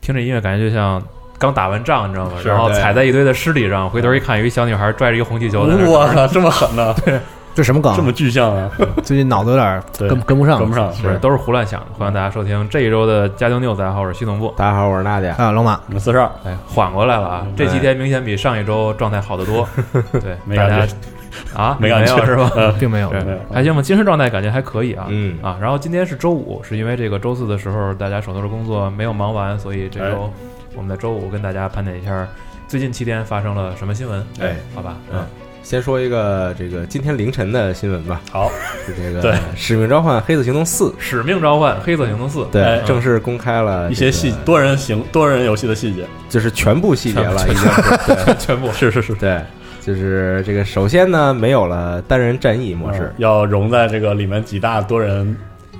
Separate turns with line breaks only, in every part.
听这音乐，感觉就像刚打完仗，你知道吗？
是
然后
对
踩在一堆的尸体上，回头一看，有一小女孩拽着一个红气球在那
我
儿。
操，这么狠呢、
这什么梗
这？么具象啊，
最近脑子有点
对
跟跟不上。
跟不上。
不是，都是胡乱想的。欢迎大家收听这一周的《家庭 news》，大家好，我是徐总部。
大家好，我是娜姐。
啊，老马，
我们四十二，
哎，缓过来了啊！这几天明显比上一周状态好得 多。对，
没
大
感
家
觉
啊，
没感觉
有是吧？
呃，
并没有。
对
没有
还行吧，精神状态感觉还可以啊。
嗯
啊，然后今天是周五，是因为这个周四的时候大家手头的工作没有忙完，所以这周
哎
我们在周五跟大家盘点一下最近七天发生了什么新闻。
哎，
好吧，
嗯先说一个这个今天凌晨的新闻吧，
好，
是这个
对
《使命召唤：黑色行动四》
使命召唤：黑色行动四。
哎嗯
对正式公开了
一
这
些
个
细多人行多人游戏的细节，
就是全部细节了，已经是对
全部
是是是，
对，就是这个首先呢没有了单人战役模式
嗯，要融在这个里面几大多人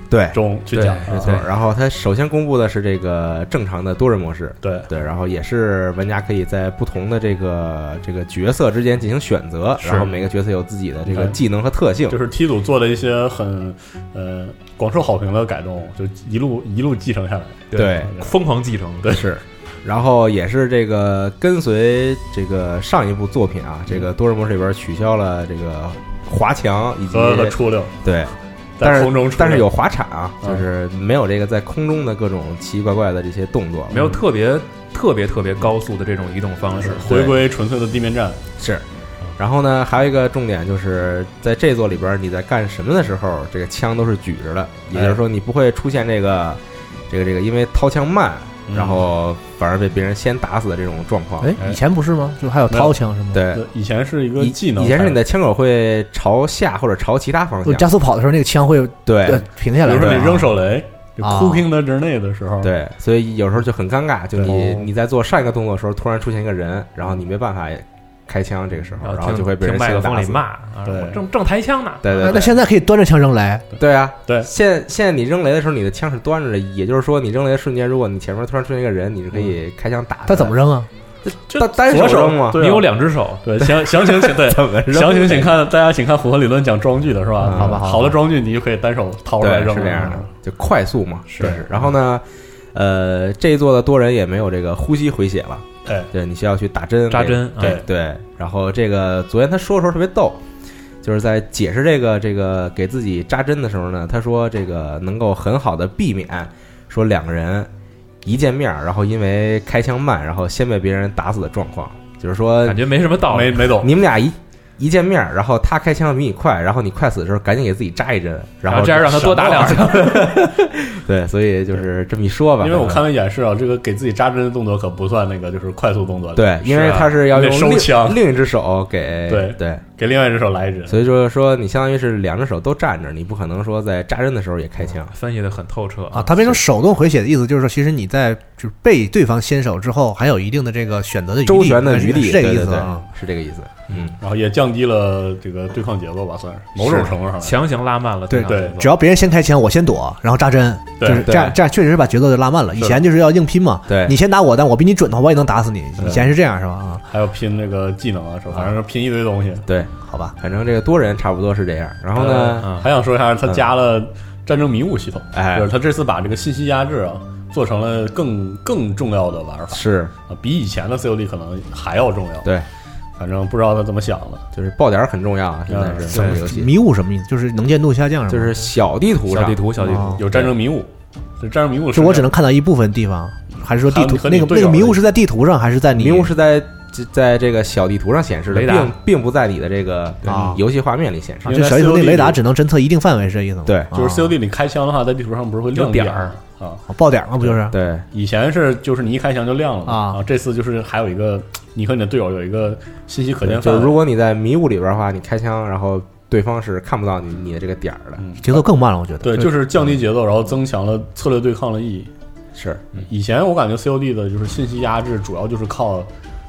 对，
中去讲
对
没
啊。
错。然后它首先公布的是这个正常的多人模式。
对，
对，然后也是玩家可以在不同的这个这个角色之间进行选择，
是
然后每个角色有自己的这个
哎
技能和特性
就，是 T 组做了一些很呃广受好评的改动，就一路一路继承下来。
对，
疯狂继承。对，
是，然后也是这个跟随这个上一部作品啊，这个多人模式里边取消了这个滑墙以及
和和初六
对，但
呃在
是
空中出溜，
但是有滑铲啊，
嗯
就是没有这个在空中的各种奇奇怪怪的这些动作，
没有特别特别特别高速的这种移动方式。
嗯
回归纯粹的地面战，
是。然后呢，还有一个重点就是在这座里边，你在干什么的时候，这个枪都是举着的，也
哎
就是说你不会出现这个这个这个因为掏枪慢，
嗯
然后反而被别人先打死的这种状况。
哎，以前不是吗？就还有掏枪是吗？，
对，
以前是一个
以
技能，
以前是你的枪口会朝下或者朝其他方
就
向，
加速跑的时候，那个枪会呃
对
停下
比
来。
如说
是
你
吧
扔手雷，就
啊
cooking 的之内的时候，，
对，所以有时候就很尴尬，就你
对
哦
你在做上一个动作的时候，突然出现一个人，然后你没办法开枪，这个时候，
然
然
后
后
听
就会被
听
人
麦克
先
风
打
里
死。
骂，啊，
对
我正正抬枪呢。
对
哎
对
那
对
现在可以端着枪扔来，
对啊！
对
现现在你扔雷的时候，你的枪是端着的，也就是说，你扔雷的瞬间，如果你前面突然出现一个人，你是可以开枪打。
嗯他怎么？扔啊？
就
单单手
左手
扔吗？
对啊
你有两只手，
对，详详情请对
怎么扔？
详情请看大家请看符合理论讲装具的是吧？
嗯好
吧好吧
好的装具你就可以单手掏出来
对，
扔，嗯
是这样的，就快速嘛。
是
对然后呢，呃，这一座的多人也没有这个呼吸回血了，
哎，
对，你需要去打针
扎
给
针。啊
对
对，然后这个昨天他说的时候特别逗，就是在解释这个这个给自己扎针的时候呢，他说这个能够很好的避免说两个人一见面儿，然后因为开枪慢，然后先被别人打死的状况，就是说
感觉没什么道
没
理。
没懂，
你们俩一。一见面儿，然后他开枪比你快，然后你快死的时候赶紧给自己扎一针，
然
然
后
后
这样让他多打两枪。
对，所以就是这么一说吧。
因为我
反正
看了演示啊，这个给自己扎针的动作可不算那个就是快速动作，，
对，因为
是啊
他是要
你
用
得收
另
枪
另一只手给
对
对，
给另外一只手来一针，
所以说说你相当于是两只手都站着，你不可能说在扎针的时候也开枪。
分析的很透彻
啊，，它变成手动回血的意思就是说，其实你在就是被对方先手之后，还有一定的这个选择的余地，
周旋的余地，
是这个意
对对
思
对
啊。
是这个意思。嗯，
然后也降低了这个对抗节奏吧，算是某种程度上来说，
强行拉慢了
对
场节奏
只要别人先开枪，我先躲，然后扎针，就
对
是这样，这样确实是把节奏就拉慢了。以
是
前就是要硬拼嘛，
对
你先打我，但我比你准的话，我也能打死你。以前是这样是吧？啊，
还有拼这个技能啊什么，反正是拼一堆东西。
对，
好吧，
反正这个多人差不多是这样。然后呢，
嗯
还想说一下，他加了战争迷雾系统，
哎
就是他这次把这个信息压制啊，做成了更更重要的玩法，
是
啊，比以前的 COD 可能还要重要。
对，
反正不知道他怎么想的。
就是爆点儿很重要啊，现在
嗯
是这个游戏，
迷雾什么意思？就是能见度下降，
就
吗
是小地图
小
上
地，图，小地图
哦。
有战争迷雾，这战争迷雾
是我只能看到一部分地方，还是说地
还有你
图
和
那
你
个
队
那
友
个迷雾
的
是在地图上还是在你
迷雾是在这在这个小地图上显示的，
雷达
并并不在你的这个
啊
游戏画面里显示
因。为
就
在
小地图
COD
那雷达
里
只能侦测一定范围，是这意思吗？
对
啊
就是 COD 你开枪的话，在地图上不是会亮
有点
儿啊？
啊爆点嘛，不就是？
对，
以前是就是你一开枪就亮了嘛
啊
这次就是还有一个你和你的队友有一个信息可见
就是
范
如
围。
果你在迷雾里边的话，你开枪，然后对方是看不到你你的这个点儿的。
嗯
节奏更慢了，我觉得。
对，就是降低节奏，然后增强了策略对抗的意义。
是，
以前我感觉 COD 的就是信息压制，主要就是靠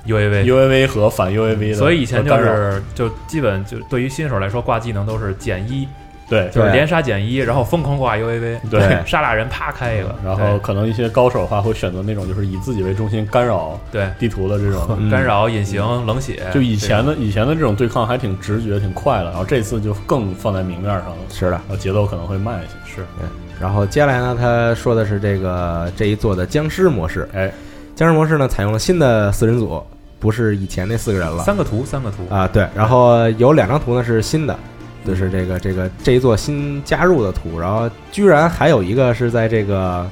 UAV。
UAV 和反 UAV 的，
所以以前就
干扰
是就基本就对于新手来说挂技能都是减一，
对
就是
对
连杀减一，然后疯狂挂 UAV，
对嗯
杀俩人啪开一个，
然后可能一些高手的话会选择那种就是以自己为中心干扰
对
地图的 这种。
对干扰、隐形、冷血，
就以前的以前的这种对抗还挺直觉、挺快的，然后这次就更放在明面上了，
是的。
然后节奏可能会慢一些。
是
然后接下来呢，他说的是这个这一座的僵尸模式。
哎，
僵尸模式呢，采用了新的四人组，不是以前那四个人了。
三个图，三个图，
啊，对，然后有两张图呢是新的，就是这个这个这一座新加入的图，然后居然还有一个是在这个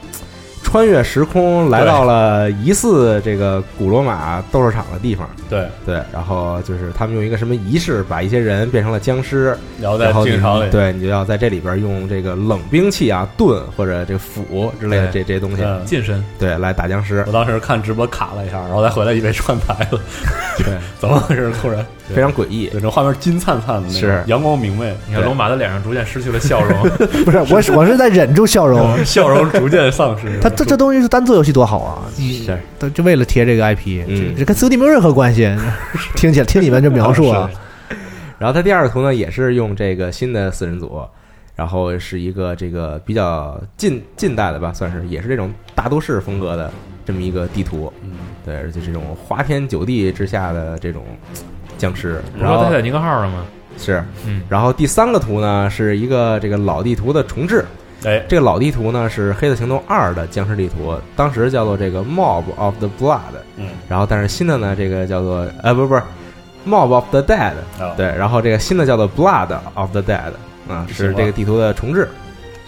穿越时空来到了疑似这个古罗马斗兽场的地方，
对，
对，然后就是他们用一个什么仪式把一些人变成了僵尸，
然后在
然后
竞
你
技场里，
对你就要在这里边用这个冷兵器啊盾或者这个斧之类的这
对
这些东西，
嗯，
近身
对，来打僵尸
我，当时看直播卡了一下，然后再回来以为串台了，
对，
怎么回事？突然，
非常诡异
对，这画面金灿灿的，那种
是
阳光明媚，
你看龙马的脸上逐渐失去了笑容，
不是，我是我是在忍住笑容。
笑容逐渐丧失。 嗯
他这这东西是单做游戏多好啊！你
是
都就为了贴这个 IP，
嗯
这跟 COD 没有任何关 系。听起来听你们这描述啊，
然后它第二个图呢，也是用这个新的四人组，然后是一个这个比较近近代的吧，算是也是这种大都市风格的这么一个地图，
嗯，
对，而且这种花天酒地之下的这种僵尸，
不是
然
说
后
泰坦尼克号了吗？
是，
嗯，
然后第三个图呢是一个这个老地图的重置，
哎，
这个老地图呢是《黑色行动二》的僵尸地图，当时叫做这个 Mob of the Blood，
嗯，
然后但是新的呢这个叫做呃不是不是 Mob of the Dead，
啊，
对，然后这个新的叫做《Blood of the Dead》啊，是这个地图的重置。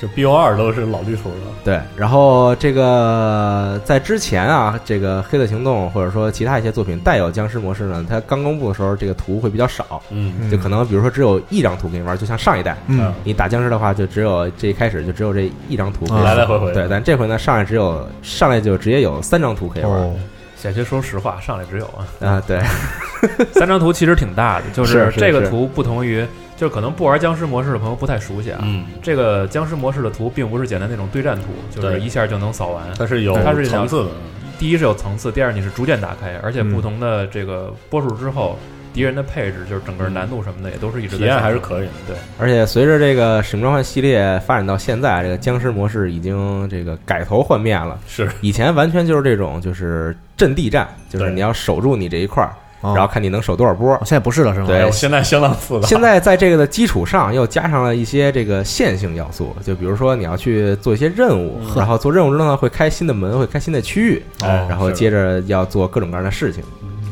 这 B O 二都是老地图了，
对，然后这个在之前啊，这个《黑色行动》或者说其他一些作品带有僵尸模式呢，它刚公布的时候，这个图会比较少，
嗯
嗯
就可能比如说只有一张图给你玩，就像上一代
嗯
啊，
你打僵尸的话，就只有这一开始就只有这一张图可以
啊
来
玩。
来回回，
嗯对，但这回呢，上来只有上来就直接有三张图可以玩
哦，
险些说实话，上来只有 啊，
啊，对，
三张图其实挺大的，就是
是
这个
是
图不同于，就是可能不玩僵尸模式的朋友不太熟悉啊。
嗯，
这个僵尸模式的图并不是简单那种对战图，就是
对
一下就能扫完。
它是有
它是
层次的，
第一是有层次，第二你是逐渐打开，而且
嗯
不同的这个波数之后，敌人的配置就是整个难度什么的也都是一直
体
在
验
上
还是
升
可以的。
而且随着这个《使命召唤》系列发展到现在，这个僵尸模式已经这个改头换面了。
是，
以前完全就是这种，就是阵地战，就是
对
你要守住你这一块儿，
然
啊
然后看你能守多少波
哦。现在不是了是吗？
对
哎呦现在相当复杂。
现在在这个的基础上，又加上了一些这个线性要素，就比如说你要去做一些任务，
嗯
然后做任务之后呢，会开新的门，会开新的区域，
哎
然后
是
接着要做各种各样的事情。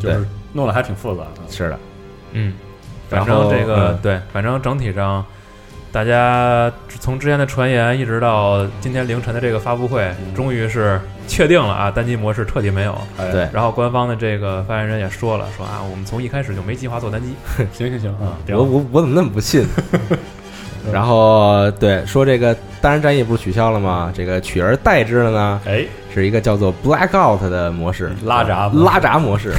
就是弄得还挺复杂的。
是的，
嗯，反
然
正
后
这个
嗯
对，反正整体上，大家从之前的传言一直到今天凌晨的这个发布会，
嗯
终于是确定了啊，单机模式彻底没有。
哎
对
然后官方的这个发言人也说了，说啊，我们从一开始就没计划做单机。
行行行啊，
我
行，
我我怎么那么 不信？然后对说这个单人战役不是取消了吗？这个取而代之的呢
哎，
是一个叫做 Blackout 的模式，
拉闸模式
拉闸 模式，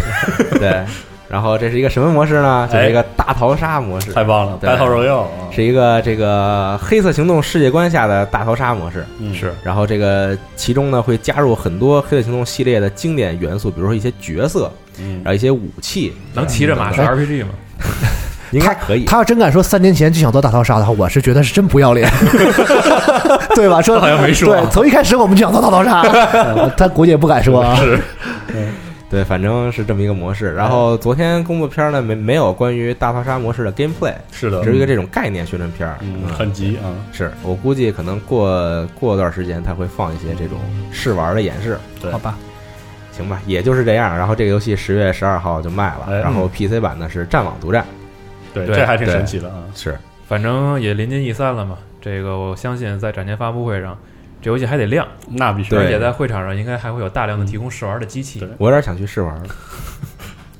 对。然后这是一个什么模式呢？
哎
就是一个大逃杀模式，
太棒了，
对
白桃荣耀啊，
是一个这个黑色行动世界观下的大逃杀模式。
嗯
是
然后这个其中呢会加入很多黑色行动系列的经典元素，比如说一些角色，
嗯
然，后一些武器，
能骑着马是
哎
RPG 吗？
应该可以。
他要真敢说三年前就想做大逃杀的话，我是觉得是真不要 脸，对吧？说
好像没说啊
对，从一开始我们就想做大逃 杀，呃他估计也不敢说啊。
是
对，反正是这么一个模式。然
嗯
后昨天公布片儿呢，没没有关于大逃杀模式的 gameplay，
是的
只，是一个这种概念宣传片儿。
嗯，
嗯
很急啊，
是我估计可能过过段时间他会放一些这种试玩的演示，
对
好，吧，
行吧，也就是这样。然后这个游戏十月十二号就卖了，
哎
然后 PC 版呢是战网独占，
对，
对
这还挺
对
神奇的啊，
是
反正也临近 E 三了嘛，这个我相信在展前发布会上，这游戏还得亮，
那必须
对
而且在会场上应该还会有大量的提供试玩的机器
对。
我有点想去试玩了。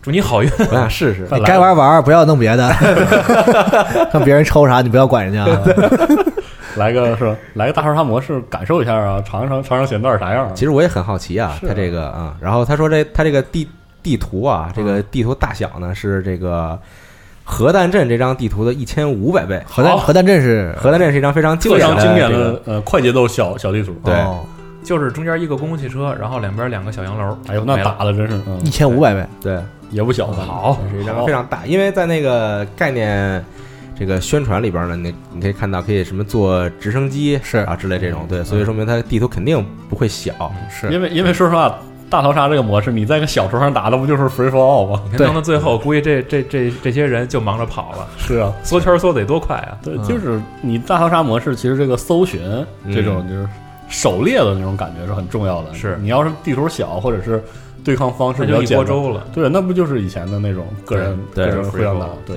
祝你好运。
我想试试。
看来
该玩玩，不要弄别 的，看别人抽啥，你不要管人家。
来个是吧来个大时差模式，感受一下啊，尝尝尝尝咸蛋是啥样啊。
其实我也很好奇啊，
是啊
他这个啊，然后他说这他这个地地图啊，这
嗯
个地图大小呢是这个核弹镇这张地图的一千五百倍。
核弹
好
核弹阵是
核弹镇是一张非常经
哦非
典
常
的
经典
这个
的呃快节奏小小地图。
对
哦，
就是中间一个公共汽车，然后两边两个小洋楼。
哎呦，那
没了
打的真是
一
嗯
千五百倍，
对，
也不小啊嗯了。
好，
是一张
好
非常大，因为在那个概念这个宣传里边呢，你你可以看到可以什么坐直升机
是
啊之类这种，对，所
嗯
以说明它地图肯定不会小。
是
因为因为说实话，大逃杀这个模式，你在一个小桌上打，那不就是 free for all 吗？
你看
对
弄到最后，估计这这这这些人就忙着跑了，
是啊，
缩圈缩得多快啊！
对，
嗯
就是你大逃杀模式，其实这个搜寻
嗯
这种就是狩猎的那种感觉是很重要的。
是
你要是地图小，或者是对抗方式
这
比
就
较
一锅
简单，
粥了。
对，那不就是以前的那种个人
对
个人
对
互相打
free for all，
对，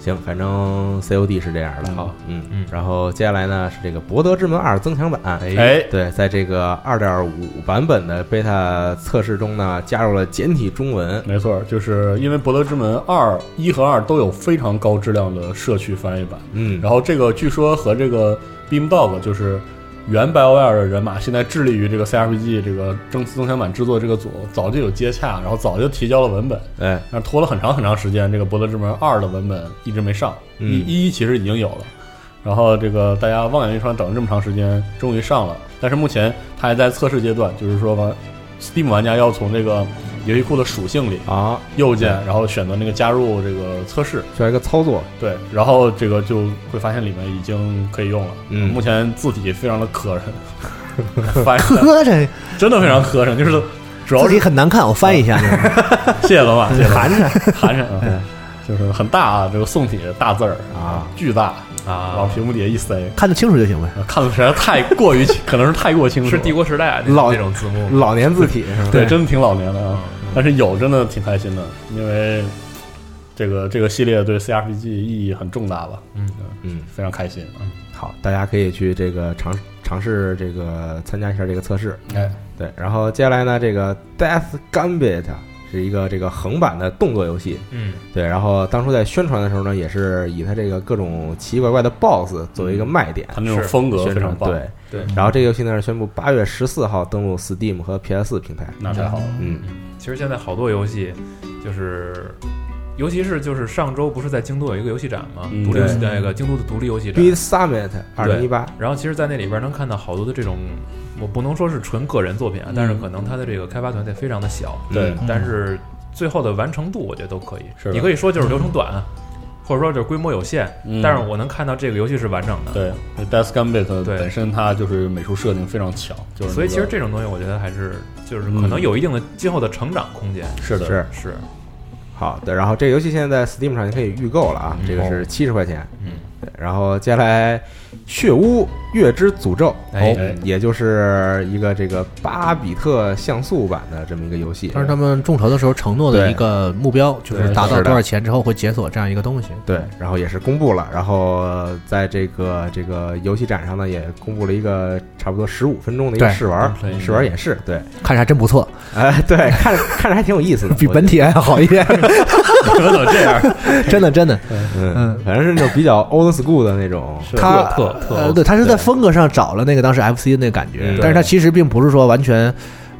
行，反正 COD 是这样的。
好，
嗯
嗯
然后接下来呢是这个《博德之门二》增强版。
哎，
对，在这个二点五版本的 beta 测试中呢，加入了简体中文。
没错，就是因为《博德之门二》一和二都有非常高质量的社区翻译版，
嗯，
然后这个据说和这个 Beamdog 就是原 BioWare 的人马，现在致力于这个 CRPG 这个增增强版制作这个组早就有接洽，然后早就提交了文本，
哎，
但是拖了很长很长时间，这个《博德之门二》的文本一直没上，
嗯
一一其实已经有了。然后这个大家望眼欲穿，等了这么长时间，终于上了。但是目前它还在测试阶段，就是说玩 Steam 玩家要从这个游戏库的属性里
啊，
右键，然后选择那个加入这个测试，
需要一个操作。
对，然后这个就会发现里面已经可以用了。
嗯
目前字体非常的磕碜， 翻译的
呵，这
真的非常磕碜，就是主要
自
是
己很难看，我翻译一下。
谢谢老板，谢谢
寒碜
寒 碜啊，就是很大啊，这个宋体大字儿
啊，
巨大，往
啊，
屏幕底下一塞，
看得清楚就行呗。
看的实在太过于清，可能是太过清楚
是
了，
帝国时代啊，那
老
那种字幕
嗯
老年字体是吧？
对，真的挺老年的啊。
嗯
但是有真的挺开心的，因为这个这个系列对 CRPG 意义很重大吧，
嗯，
非常开心啊。
好，大家可以去这个尝尝试这个参加一下这个测试。
哎，
对，然后接下来呢，这个 Death Gambit 是一个这个横版的动作游戏。
嗯，
对，然后当初在宣传的时候呢，也是以它这个各种奇奇怪怪的 BOSS 作为一个卖点
他那种
是
风格
宣
非常
传。
棒，
对，
对，
然后这个游戏呢是宣布八月十四号登陆 Steam 和 PS 平台。
那太好了。
嗯，
其实现在好多游戏，就是，尤其是就是上周不是在京都有一个游戏展嘛，
嗯
独立
对
游戏那个京都的独立游戏
Beat
展。
Summit 二零一八，
然后其实，在那里边能看到好多的这种，我不能说是纯个人作品啊，但是可能它的这个开发团队非常的小，
对
嗯
但是最后的完成度我觉得都可以。
是的
你可以说就是流程短，或者说就是规模有限，
嗯
但是我能看到这个游戏是完整的。
对，Death Gambit
对
本身它就是美术设定非常强，就是那个
所以其实这种东西，我觉得还是就是可能有一定的今后的成长空间。
是的，
嗯是
是，
好的。然后这个游戏现在在 Steam 上你可以预购了啊，
嗯
这
哦
个是七十块钱。
嗯，
对然后接下来，《血污月之诅咒》
哎
哦也就是一个这个巴比特像素版的这么一个游戏。
但是他们众筹的时候承诺的一个目标，就是达到多少钱之后会解锁这样一个东西。
对，然后也是公布了，然后在这个这个游戏展上呢，也公布了一个差不多十五分钟的一个
对
试玩
嗯对
试玩演示。对，
看着还真不错，
哎，对，看 着看着还挺有意思的，
比
我
本体还要好一 点。
怎么这样？
真的，真的，
嗯，反正是那种比较 old school 的那种，
是
他
特特
呃，对，他是在风格上找了那个当时 FC 的那个感觉
嗯，
但是他其实并不是说完全。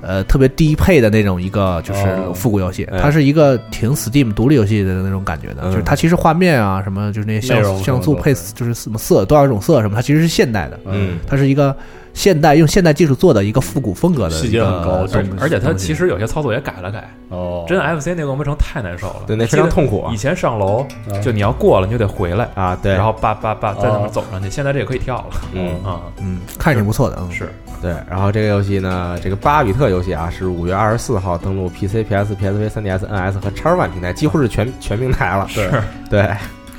呃，特别低配的那种一个就是
哦
复古游戏，
哎
它是一个挺 Steam 独立游戏的那种感觉的，
嗯
就是它其实画面啊什么，就是那些像
内容
素像
什
素
么的
配就是什么色多少种色什么，它其实是现代的，
嗯，
它是一个现代用现代技术做的一个复古风格的一个
细节很高
东西
而且它其实有些操作也改了改，
哦，
真 FC 那个工程太难受了，
对，那非
记得
常痛苦啊
以前上楼
啊
就你要过了，你就得回来，
啊，对，
然后叭叭叭在那边
哦
走上去。现在这个可以跳了
嗯
啊，
嗯，看着挺不错的，嗯，
是
对，然后这个游戏呢，这个巴比特游戏啊，是五月二十四号登陆 PC、PS、PSV、3DS、NS 和 X One 平台，几乎是全全平台了。
是
对，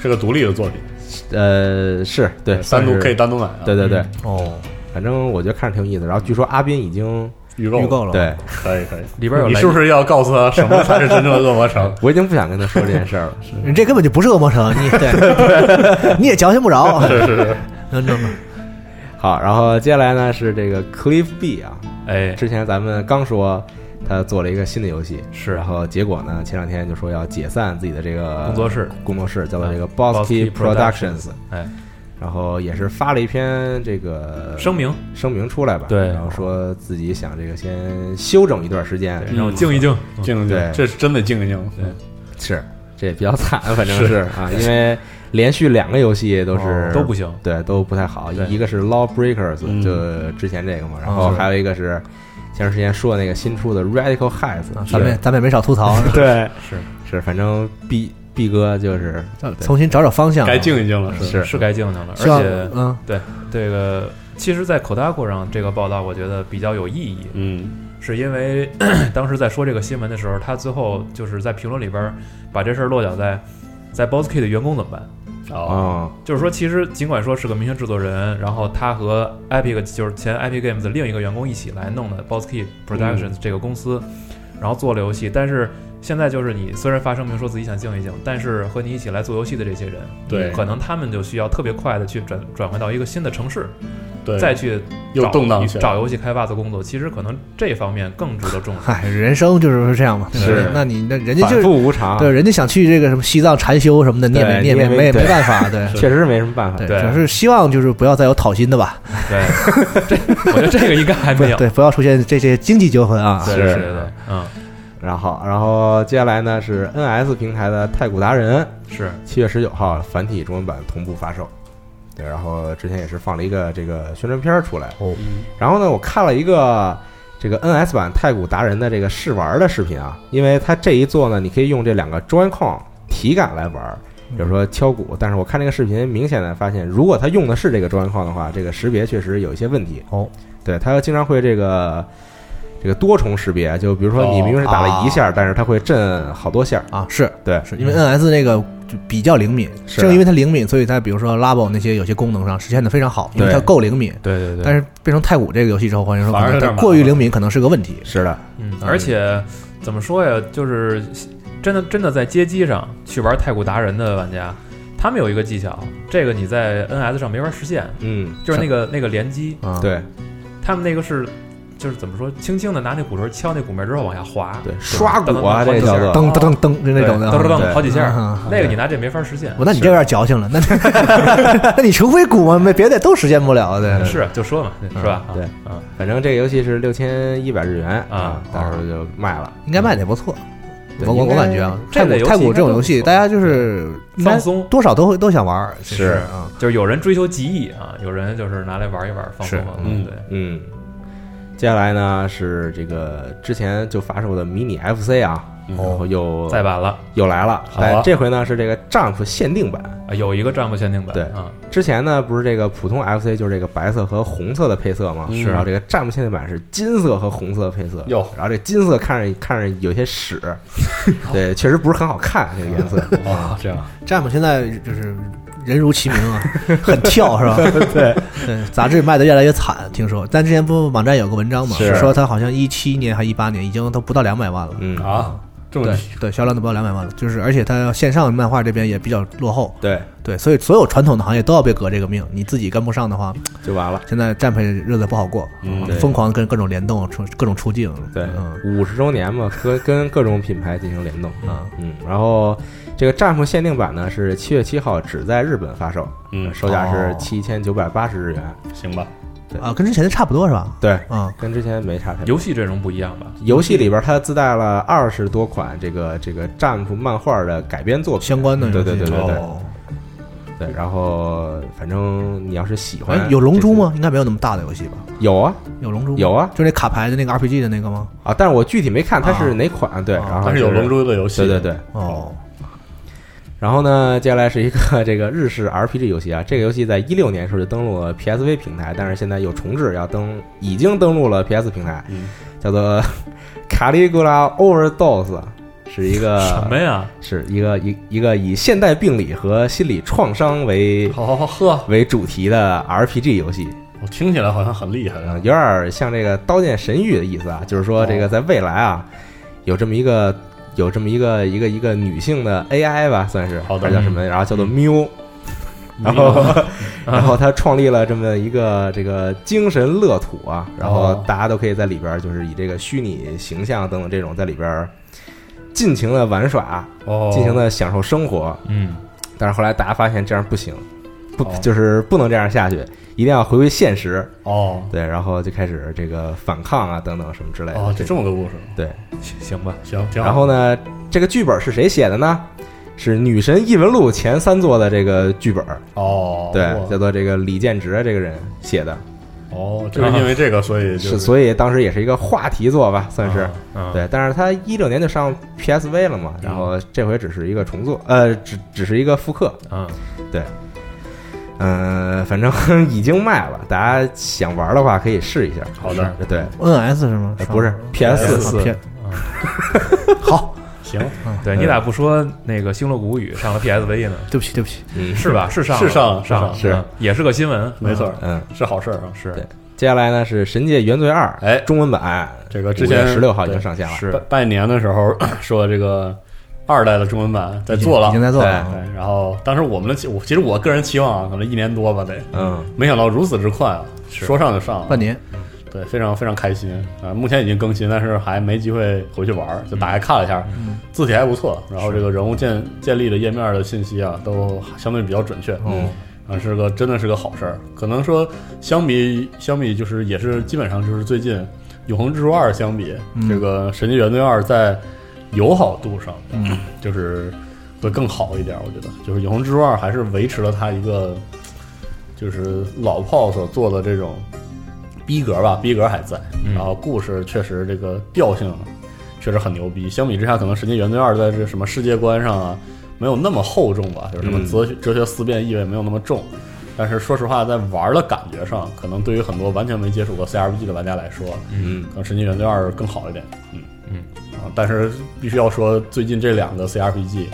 是个独立的作品，
呃，是对，
单独
算是
可以，单独买啊。
对对对，
哦，
反正我觉得看着挺有意思。然后据说阿斌已经
预购
预购了，，
对
可以可以。
里边有
你
来
是不是要告诉他什么才是真正的恶魔 城？
我已经不想跟他说这件事儿 了。
你这根本就不是恶魔城，你对， 你也矫情不着，嗯
是是是，
能能能，
好，然后接下来呢是这个 Cliff B 啊，
哎
之前咱们刚说他做了一个新的游戏，
是
然后结果呢，前两天就说要解散自己的这个
工作室，啊
工作室叫做这个
Bosky
Bosky Productions，
哎，
然后也是发了一篇这个
声明，
声明出来吧，
对
然后说自己想这个先休整一段时间，嗯
对
让我静一静。
静一
对
静，这是真得静一静。
对
是这也比较惨，反正是啊，因为连续两个游戏都是
哦
嗯都不行。
对，都不太好。
对
一个是 Law Breakers，、
嗯
就之前这个嘛，然后
嗯
还有一个是前段时间说的那个新出的 Radical Heights，、
啊咱们咱们也没少吐槽，
对，
是反正 B B 哥就是对
重新找找方向。
该静一静了，是
是
是该静静了，而
希望
且
嗯，
这个其实，在 Kotaku 上这个报道，我觉得比较有意义，
嗯，
是因为 当时在说这个新闻的时候，他最后就是在评论里边儿把这事儿落脚在在 Boskey 的员工怎么办。
哦，
哦，
就是说，其实尽管说是个明星制作人，然后他和 Epic 就是前 Epic Games 的另一个员工一起来弄的 Boskey
嗯
Productions 这个公司，然后做了游戏，但是现在就是你虽然发声明说自己想静一静，但是和你一起来做游戏的这些人，
对
可能他们就需要特别快的去转转换到一个新的城市，
对，
再去
又
找
动荡起来
找游戏开发的工作。其实可能这方面更值得重视。
嗨，人生就是这样嘛，对不对
是
那你那人家就
反
是
复无常，
对，人家想去这个什么西藏禅修什么的，你也
对
没你也
你也
没
没
没
对
没办法，对。
确实是没什么办法。
对
只是希望就是不要再有讨薪的吧，
对， 这我觉得这个应该还没有。
对，不要出现这些经济纠纷啊。
对
是
对对对，嗯，
然后，然后接下来呢是 NS 平台的《太古达人》，
是
七月十九号繁体中文版同步发售。对，然后之前也是放了一个这个宣传片儿出来。
哦
嗯
然后呢，我看了一个这个 NS 版《太古达人》的这个试玩的视频啊，因为它这一座呢，你可以用这两个 Joy-Con 体感来玩儿，
嗯
比如说敲鼓。但是我看这个视频，明显的发现，如果它用的是这个 Joy-Con 的话，这个识别确实有一些问题。
哦，
对，它经常会这个。这个多重识别，就比如说你
哦
明明是打了一下，
啊
但是它会震好多下。
啊，是
对，
是因为 NS 那个就比较灵敏，
是
正因为它灵敏，所以它比如说 Labo 那些有些功能上实现的非常好，因为
对
它够灵敏。
对对对，
但是变成太古这个游戏之后，换言说，
反而
可能
有点
它
麻烦
过于灵敏可能是个问题。
是的，
嗯，而且怎么说呀，就是真的真的在街机上去玩太古达人的玩家，他们有一个技巧，这个你在 NS 上没法实现，
嗯，
就是那个那个连击，
啊，，
对
他们那个是就是怎么说，轻轻的拿那骨头敲那骨面之后往下滑，
对，刷鼓啊，
噔噔
这
噔
个叫做
噔噔噔噔就那种的，
噔噔
对
噔好几下，
啊
那个你拿这没法实现。
哦我那你这有 点矫情了，那那你除非鼓嘛，没别的都实现不了的。
是啊就说嘛，是吧？
嗯对
啊，
反正这个游戏是六千一百日元
啊
到时候就卖了。嗯
应该卖的也不错。
对
我我
应该
我感觉啊，
这
太
类
古
游戏
太古这
应
种
该都
游戏，
不错
大家就是应该
放松
多少都会都想玩儿。其实
是
啊，
就是有人追求极意啊，有人就是拿来玩一玩，放松
是
放松。
嗯
对，
嗯，接下来呢是这个之前就发售的迷你 FC 啊，
嗯
然后又
再版了，
又来了，
好啊
但这回呢是这个 Jump 限定版。
啊有一个账目限定版，
对
啊，
之前呢不是这个普通 FC 就是这个白色和红色的配色嘛，
嗯
然后这个 Jump 限定版是金色和红色的配色。
哟
然后这金色看着看着有些 屎，对，确实不是很好看这个颜色。
哦，这样
詹姆现在就是人如其名啊， 很跳是吧？
对
对，杂志卖的越来越惨，听说。但之前不网站有个文章嘛，
是
说他好像一七年还一八年已经都不到两百万了。
嗯，
啊，这么
对对，销量都不到两百万了，就是而且它线上漫画这边也比较落后，
对，
对，所以所有传统的行业都要被革这个命，你自己跟不上的话，
就完了。
现在战配日子不好过，
嗯
啊
对
疯狂跟各种联动，出各种出镜，
对
嗯，
五十周年嘛，和跟各种品牌进行联动。
啊，
嗯，然后这个战斧限定版呢是七月七号只在日本发售，
嗯
售价是
哦
七千九百八十日元。
行吧，
对
啊，跟之前的差不多是吧？
对，
啊，
跟之前没差太多。
游戏阵容不一样吧？
游戏里边它自带了二十多款这个这个战斧漫画的改编作品，
相关的
嗯对对对对对
哦
对。然后反正你要是喜
哎
欢，
有龙珠？吗？应该没有那么大的游戏吧？
有啊
有龙珠吗
有啊
就那卡牌的那个 RPG 的那个吗？
啊，但是我具体没看它
啊
是哪款。对，
啊
然后
但是有
就是
龙。珠的游戏，
对对对，
哦，
然后呢，接下来是一个 这个日式 RPG 游戏啊，这个游戏在一六年时候就登陆了 PSV 平台，但是现在又重置，要登已经登陆了 PS 平台，
嗯
叫做《 卡利古拉 Overdose》，是一
呃
个
什么呀？
是一个一一个以现代病理和心理创伤为
好好好呵，
为主题的 RPG 游戏，
我听起来好像很厉害
嗯，
啊，
有点像这个《刀剑神域》的意思啊，就是说
哦
这个在未来啊，有这么一个有这么一个一个一个女性的 AI 吧，算是
好的
还是叫什么，然后叫做 Miu，
嗯
然后
啊
然后他创立了这么一个这个精神乐土啊，然后
哦
大家都可以在里边儿就是以这个虚拟形象等等这种在里边儿尽情的玩耍，
哦，
尽情啊的享受生活。
嗯，
但是后来大家发现这样不行，不
哦
就是不能这样下去，一定要回归现实。
哦
对，然后就开始这个反抗啊等等什么之类的。
哦，就
这
这么个故事，
行吧，
行，挺好。
然后呢，这个剧本是谁写的呢？是《女神异闻录》前三作的这个剧本，
哦，
对，
哇
叫做这个李建植这个人写的，
哦，就是因为这个，所以就是
所以当时也是一个话题作吧，算是
啊
嗯，
对。但是他一六年就上 PSV 了嘛，然
嗯
后这回只是一个重做，呃，只只是一个复刻，
嗯，
嗯，反正 已经卖了，大家想玩的话可以试一下。
好的，
对，
NS 是吗
呃？不是 PS
4
啊，P- 好，
行，
对你咋不说那个《星露谷物语》上了 PSV 呢？
对不起，对不起，
嗯，
是吧？是上
是
上
上了
上了
是
嗯也是个新闻，
没错
嗯，
嗯。
是好事儿啊。
是
对接下来呢是《神界原罪二》，
哎
中文版，
这啊个之前
十六号已经上线了，
拜
是
拜年的时候 说这个二代的中文版在做了
已经，在做了啊。
对，然后当时我们的期，我其实我个人期望啊，可能一年多吧得，
嗯，
没想到如此之快啊，说上就上了，
半年，
对，非常非常开心啊、目前已经更新，但是还没机会回去玩儿，就打开看了一下，
嗯
字体还不错，然后
是
这个人物建建立的页面的信息啊，都相对比较准确，
嗯
啊，是个真的是个好事儿。可能说相比相比，就是也是基本上就是最近《永恒之柱二》相比，
嗯
这个《神奇原罪二》在友好度上
嗯，
就是会更好一点儿。我觉得，就是《永恒之柱二》还是维持了它一个就是老炮所做的这种逼格吧，逼格还在。
嗯
然后故事确实这个调性确实很牛逼。相比之下，可能《神界原罪二》在这什么世界观上啊，没有那么厚重吧，就是什么
嗯
哲学、哲学思辨意味没有那么重。但是说实话，在玩的感觉上，可能对于很多完全没接触过 CRPG 的玩家来说，
嗯
可能《神界原罪二》更好一点。嗯
嗯
啊，但是必须要说，最近这两个 CRPG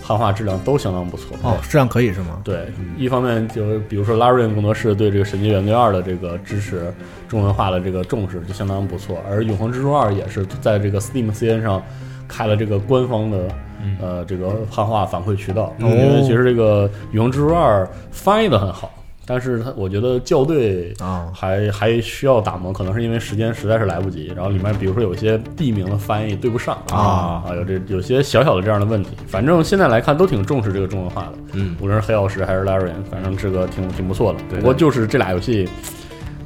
汉化质量都相当不错。
哦，质量可以是
啊
吗？
对，一方面就是比如说拉瑞恩工作室对这个《神经元罪二》的这个支持，中文化的这个重视就相当不错。而《永恒之柱二》也是在这个 Steam CN 上开了这个官方的
嗯
呃这个汉化反馈渠道，因
哦
为其实这个《永恒之柱二》翻译的很好，但是它我觉得校对。
啊，
还还需要打磨，可能是因为时间实在是来不及。然后里面比如说有一些地名的翻译对不上
啊
啊，有这有些小小的这样的问题。反正现在来看都挺重视这个中文化的。
嗯
无论是黑曜石还是 Larian，反正这个挺挺不错的。
对
不过就是这俩游戏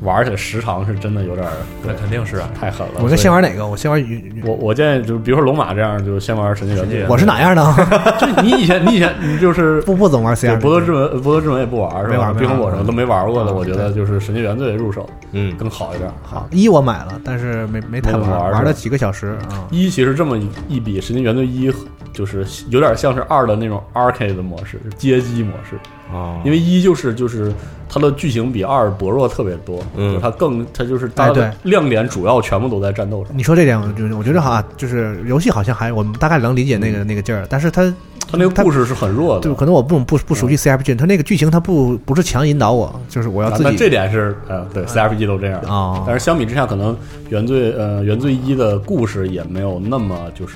玩起来时长是真的有点儿
那肯定是啊，
太狠了。
我该
所以
先玩哪个？我先玩鱼鱼，
我我建议就是比如说龙马这样，就先玩神经元
神经
罪。
元
我是哪样的？
就你以前你以前你就是
不不怎么玩 CR，
对博德之门博德之门也不玩是
没
吧？
玩没玩
冰红果什么都没玩过的，
啊
我觉得就是神经元罪入手
嗯，
更好一点。
好，一我买了，但是没没太
没怎么玩
玩，
是吧
玩了几个小时啊。
一其实这么一比，《神经元罪一》就是有点像是二的那种 arcade 的模式，街机模式。
哦，
因为一就是就是它的剧情比二薄弱特别多，
嗯
就是它更它就是它的
哎
亮点主要全部都在战斗上，
你说这点，我就我觉得好啊，就是游戏好像还我们大概能理解那个那个劲儿，但是它
它那个故事是很弱的
对，。可能我不不不熟悉 CRPG，它那个剧情它不不是强引导我，就是我要
啊
自
那这
己嗯
点是呃，对 CRPG 都这样。
啊
但是相比之下，可能原罪呃原罪一的故事也没有那么就是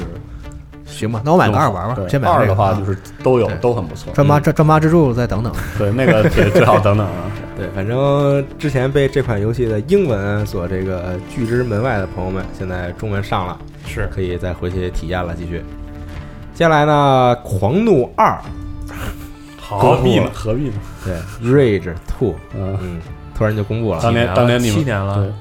行吧，那我买个二玩吧，
对
先买
二
这
的
个
话
啊
就是嗯都有
对
都很不错。
专八专专八之柱再等等，
对那个 对最好等等啊。
对，反正之前被这款游戏的英文所这个拒之门外的朋友们，现在中文上了，
是
可以再回去体验了。继续，接下来呢，《狂怒二
何必呢？何必呢？》
对，Rage Two，
嗯，呃
嗯，突然就公布了，
当年当年你们
七年了
对，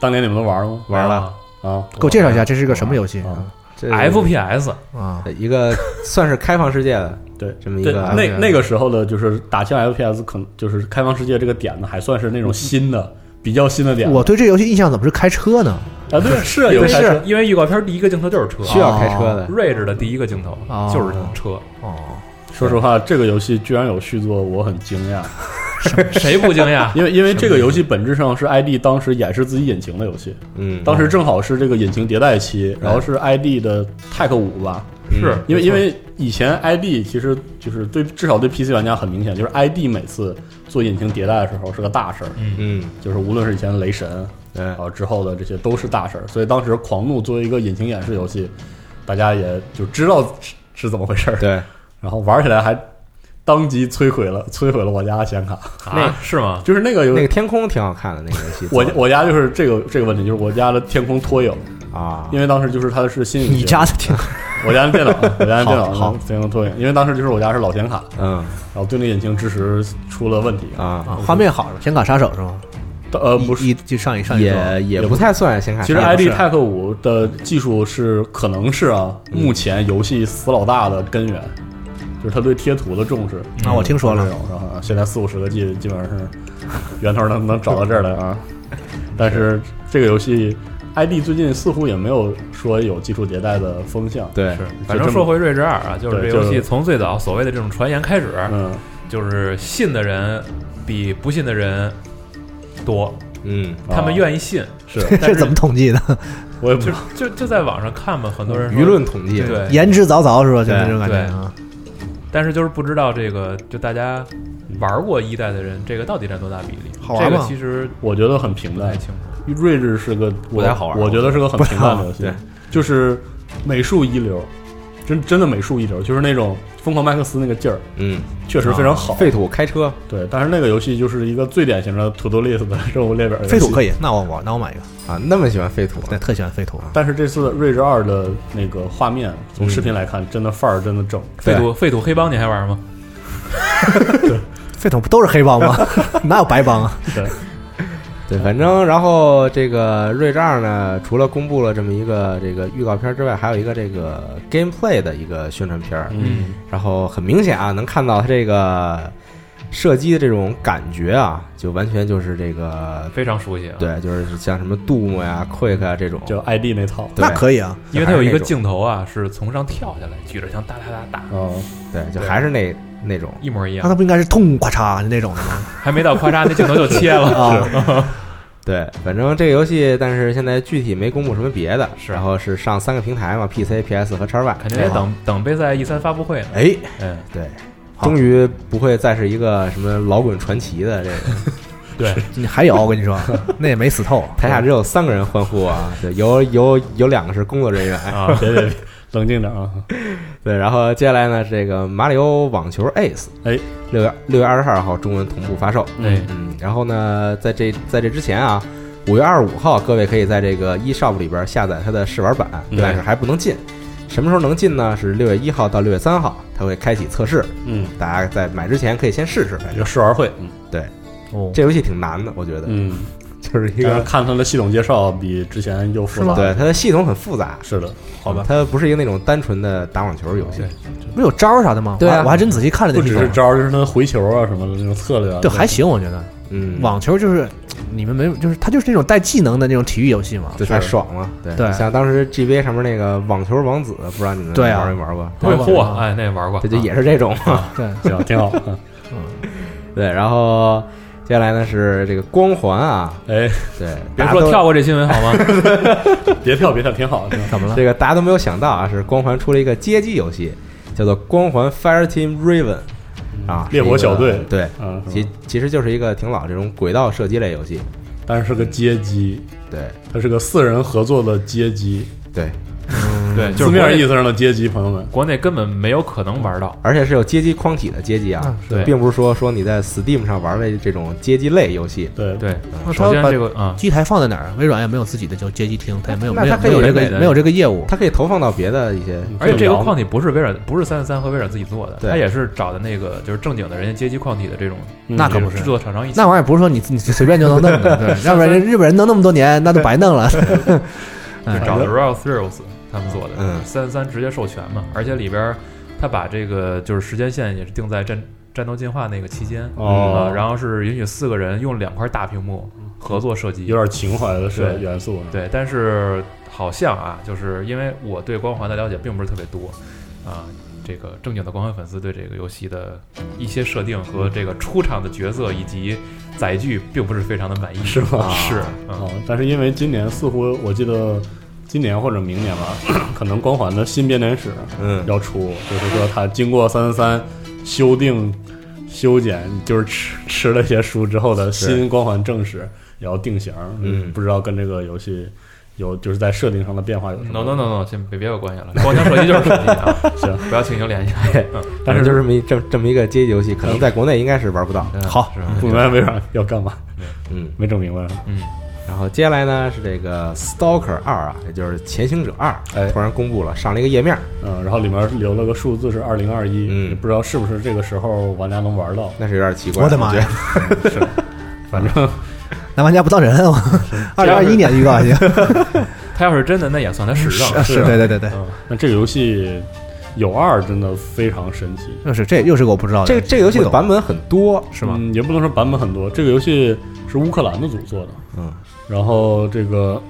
当年你们都玩了吗？
玩了
啊
啊
给我介绍一下这是个什么游戏
啊，
这
FPS
啊？
一个算是开放世界的
对，
这么一
对，
个
那那个时候的，就是打枪 FPS，可能就是开放世界这个点呢，还算是那种新的、比较新的点。
我对这游戏印象怎么是开车呢？
啊，对，是啊，
因
有
为
开车，
因为预告片第一个镜头就是车
需要开车
哦
的，
，Rage 的第一个镜头
哦
就是车，
哦，
说实话，这个游戏居然有续作，我很惊讶，
谁不惊 讶？
因为因为这个游戏本质上是 ID 当时演示自己引擎的游戏，
嗯，
当时正好是这个引擎迭代期，然后是 ID 的 Tech 五吧，
嗯
是
因为
没错
因为以前 ID 其实就是对至少对 PC 玩家很明显，就是 ID 每次做引擎迭代的时候是个大事儿，
嗯，
就是无论是以前雷神
对
然，后呃之后的这些都是大事儿。所以当时《狂怒》作为一个引擎演示游戏，大家也就知道是是怎么回事儿，
对，
然后玩起来还当即摧毁了摧毁了我家的显卡。
啊，是吗？
就是那个游，
那个天空挺好看的那个游戏
我
做的
我家就是这个这个问题，就是我家的天空拖影，
啊，
因为当时就是它是新
你家的天，
我家的电脑，我家的电脑
好好
天空拖影，因为当时就是我家是老显卡，
嗯
然后对内引擎支持出了问题，
啊，
画面好了，显卡杀手是吗？
呃不
一
是，
一就上一上一周
也也
也
不
不
太算显卡
其实
杀手
ID
是
Tech 五的技术是可能是啊，
嗯
目前游戏死老大的根源，就是他对贴图的重视。
啊，我听说
这
了，
种然后现在四五十个 G 基本上是源头能能找到这儿来啊。但是这个游戏 ID 最近似乎也没有说有技术迭代的风向。
对
是，反正说回《睿智二》啊，就是这
对
游
就
戏
是
从最早所谓的这种传言开始，
嗯，
就是信的人比不信的人多，
嗯
他们愿意信，
是
但
这
是
怎么统计的？
啊我也不
就就就在网上看嘛，很多人说
嗯舆，论统计，
对
言之凿凿是吧？就
对
那种感觉啊。
但是就是不知道这个，就大家玩过一代的人，这个到底占多大比例？
好玩
这
吗
个其实
我觉得很平
不太
淡。
清楚。
睿智是个
不太好玩
我我觉得是个很
不太
平
好
淡
玩
的游戏，
对
就是美术一流，真真的美术一流，就是那种疯狂麦克斯那个劲儿，
嗯，
确实非常好。
废土开车，
对，但是那个游戏就是一个最典型的 to do list 的任务列表游戏。
废土可
以，
以，那我我那我买一个，
啊，那么喜欢废土，
对，特喜欢废土。啊
但是这次睿智二的那个画面，从视频来看，真的范儿真的正。
废土废土黑帮你还玩吗？
废土不都是黑帮吗？ 哪有白帮啊？
对，
对，反正然后这个《瑞智二》呢，除了公布了这么一个这个预告片之外，还有一个这个 gameplay 的一个宣传片儿。
嗯，
然后很明显啊，能看到它这个射击的这种感觉啊，就完全就是这个
非常熟悉啊，，
对，就是像什么 Doom 呀、Quick 啊这种，
就 ID 那套。
对
那可以啊，
因为它有一
还
个
是那种
镜头啊，是从上跳下来，举着枪哒哒哒哒，
嗯，
对，就还是那那种。
一模一
那
样，
他不应该是痛咔嚓那种的吗？
还没到咔嚓，那镜头就切 了。
啊，
对，反正这个游戏，但是现在具体没公布什么别的，
是
然后是上三个平台嘛，PC、PS 和 X Y，
肯定得等等杯赛 E 三发布会呢。
啊哎，
嗯，
对，
好
终于不会再是一个什么老滚传奇的这 个
对，
你还有，我跟你说， 那也没死透。
台下只有三个人欢 呼啊，对，有有有两个是工作人员，哎
啊，
别别别，冷静点啊。
对，然后接下来呢，这个马里奥网球 Ace，
哎，
六月六月二十二号中文同步发售，
对，
嗯，然后呢，在这在这之前啊，五月二十五号，各位可以在这个 eShop 里边下载它的试玩版，
嗯
但是还不能进。什么时候能进呢？是六月一号到六月三号，它会开启测试，
嗯，
大家在买之前可以先试试。反
一
正
个试玩会。
哦，
这游戏挺难的，我觉得，
嗯，
就是一
但
个
是看它的系统介绍比之前又复杂。
对，它的系统很复杂，
是的，
好吧，
它不是一个那种单纯的打网球游戏
对。
没有招儿啥的吗？
对啊
我还我还真仔细看了
不
那地
只是
方。
招儿，就是它的回球啊什么的那种策略啊。
对，还行，我觉得
嗯，
网球就是你们没有，就是它就是那种带技能的那种体育游戏嘛。
这太爽了。对，
对
像当时 GBA 上面那个网球王子，不知道你们
对啊
玩没玩过？
会
对
嚯，
啊
哎，那玩过，
这就
啊
也是这种。
对，
行，挺好。嗯
对，然后接下来呢是这个光环啊，
哎，
对，
别
大家
说
都
跳过这新闻好吗？
别跳，别跳，挺好，挺好。
怎么了？
这个大家都没有想到啊，是光环出了一个街机游戏，叫做《光环 Fire Team Raven》啊，
猎火小队
是一个对，
嗯，
其其实就是一个挺老这种轨道射击类游戏，
但是是个街机，
对
它是个四人合作的街机，
对，
对，就
字
是
面意
思，
思上的街机，朋友们。
国内根本没有可能玩到。
而且是有街机框体的街机啊，
对
并不是说说你在 Steam 上玩的这种街机类游戏，
对，
对，
那
首
他
先
把
这个啊，
机台放在哪儿？微软也没有自己的叫街机厅，它也没有
那
没有
它
没
可以
有这
北美的
个没有这个业务。
它可以投放到别的一些，
而且这个
聊
矿体不是微软，不是三十三和微软自己做的，
对
它也是找的那个就是正经的人家街机矿体的这种
那可
这
不
种
是
制作厂商一起
那。玩意儿不是说你你随便就能 弄的，对，要不然人日本人弄那么多年，那都白弄了。 哎
就找的 Royal Thrills 他们做的，
嗯
三十三直接授权嘛，而且里边儿他把这个就是时间线也是定在战战斗进化那个期间，
哦
啊然后是允许四个人用两块大屏幕合作射击，
有点情怀的是
对
元素。啊
对，但是好像啊，就是因为我对光环的了解并不是特别多，啊、这个正经的光环粉丝对这个游戏的一些设定和这个出场的角色以及载具并不是非常的满意，
是吗
是，
哦
嗯，，
但是因为今年似乎我记得今年或者明年吧， 可能光环的新编年史啊
嗯，
要出，就是说它经过三三修订、修剪，就是吃吃了一些书之后的
是
新光环正史也要定型。
嗯
不知道跟这个游戏有就是在设定上的变化有什么
No no no no，先嗯别别有关系了，光枪射击就是手机啊，
行，
不要请求联系。啊
但是
就这么一这这么一个街机游戏，可能在国内应该是玩不到。
嗯
好，
是
不明白微软要干嘛，
嗯，
没整明白。
嗯，
然后接下来呢是这个《Stalker 二》啊，也就是《潜行者二
哎》，
突然公布了，上了一个页面。
嗯，然后里面留了个数字是二零二一，
嗯
也不知道是不是这个时候玩家能玩到。
那是有点奇怪。
我的妈
觉得！
呀，
嗯
反正
男玩家不当人， 我二零二一年预告已经
他要是真的，那也算他实诚。
啊
是啊对对对对，
那这个游戏有二真的非常神奇，
又是这又是个我不知道的
这个这个游戏的版本很多，
是吗？
嗯，也不能说版本很多，这个游戏是乌克兰的组做的，
嗯，
然后这个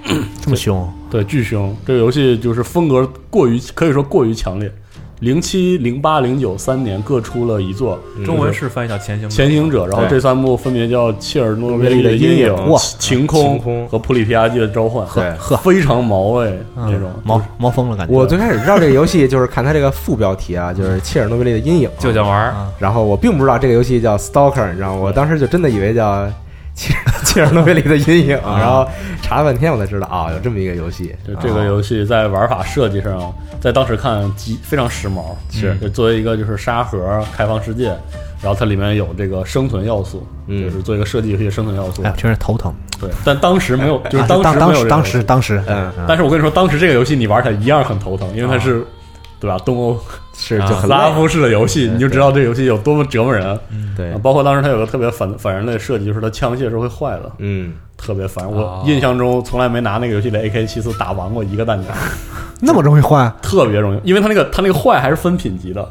这么凶，
对巨凶，这个游戏就是风格过于可以说过于强烈。零七、零八、零九三年各出了一座
嗯
中文是翻译叫前行
《
者
前行者》，然后
对
这三部分别叫《切尔诺贝利的
切尔诺贝利
阴
的阴
影
影》
《
哇
晴
晴
空》
空
和《普里皮亚季的召唤》，
对
呵呵，
非常毛哎，
嗯
这种
毛毛疯了感觉。
嗯我最开始知道这个游戏，就是看它这个副标题啊，就是《切尔诺贝利的阴影》，啊
就想玩儿，
然后我并不知道这个游戏叫 Stalker，你知道吗？我当时就真的以为叫 切切尔诺贝利的阴影，啊然后查了半天我才知道啊、有这么一个游戏。啊
就这个游戏在玩法设计上，在当时看极非常时髦，
是
就作为一个就是沙盒开放世界，然后它里面有这个生存要素，
嗯
就是做一个设计游戏的生存要素
哎，，我听着头疼。
对。但当时没有，就是
啊
当
当
时没有
时
这个
当
游戏
时，当时，
嗯
但是我跟你说，当时这个游戏你玩它一样很头疼，因为它是。对吧？东欧
是就啊很
啊拉
累，
夫式的游戏，你就知道这游戏有多么折磨人。啊
对，
包括当时它有个特别反反人类的设计，就是它枪械是会坏的，
嗯，
特别烦。
哦
我印象中从来没拿那个游戏的 AK 七四打完过一个弹夹。
那么容易换？
特别容易，因为它那个它那个坏还是分品级的，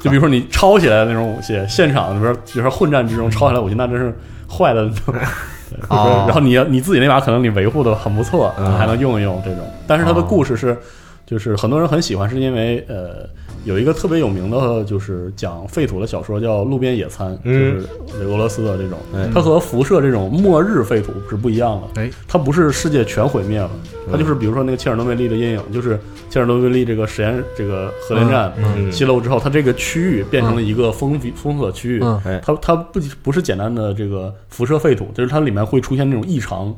就比如说你抄起来的那种武器，现场里边比如说混战之中抄起来的武器，那真是坏的。
哦
然后你你自己那把可能你维护的很不错，
嗯
还能用一用这种。但是它的
哦
故事是，就是很多人很喜欢，是因为呃有一个特别有名的，就是讲废土的小说叫《路边野餐》，就
嗯
是俄罗斯的这种
哎，
它和辐射这种末日废土是不一样的。
哎，
它不是世界全毁灭了，它
嗯
就是比如说那个切尔诺贝利的阴影，就是切尔诺贝利这个实验这个核电站
嗯
泄漏之后，它这个区域变成了一个封闭封锁区域
嗯
哎，
它它不不是简单的这个辐射废土，就是它里面会出现那种异常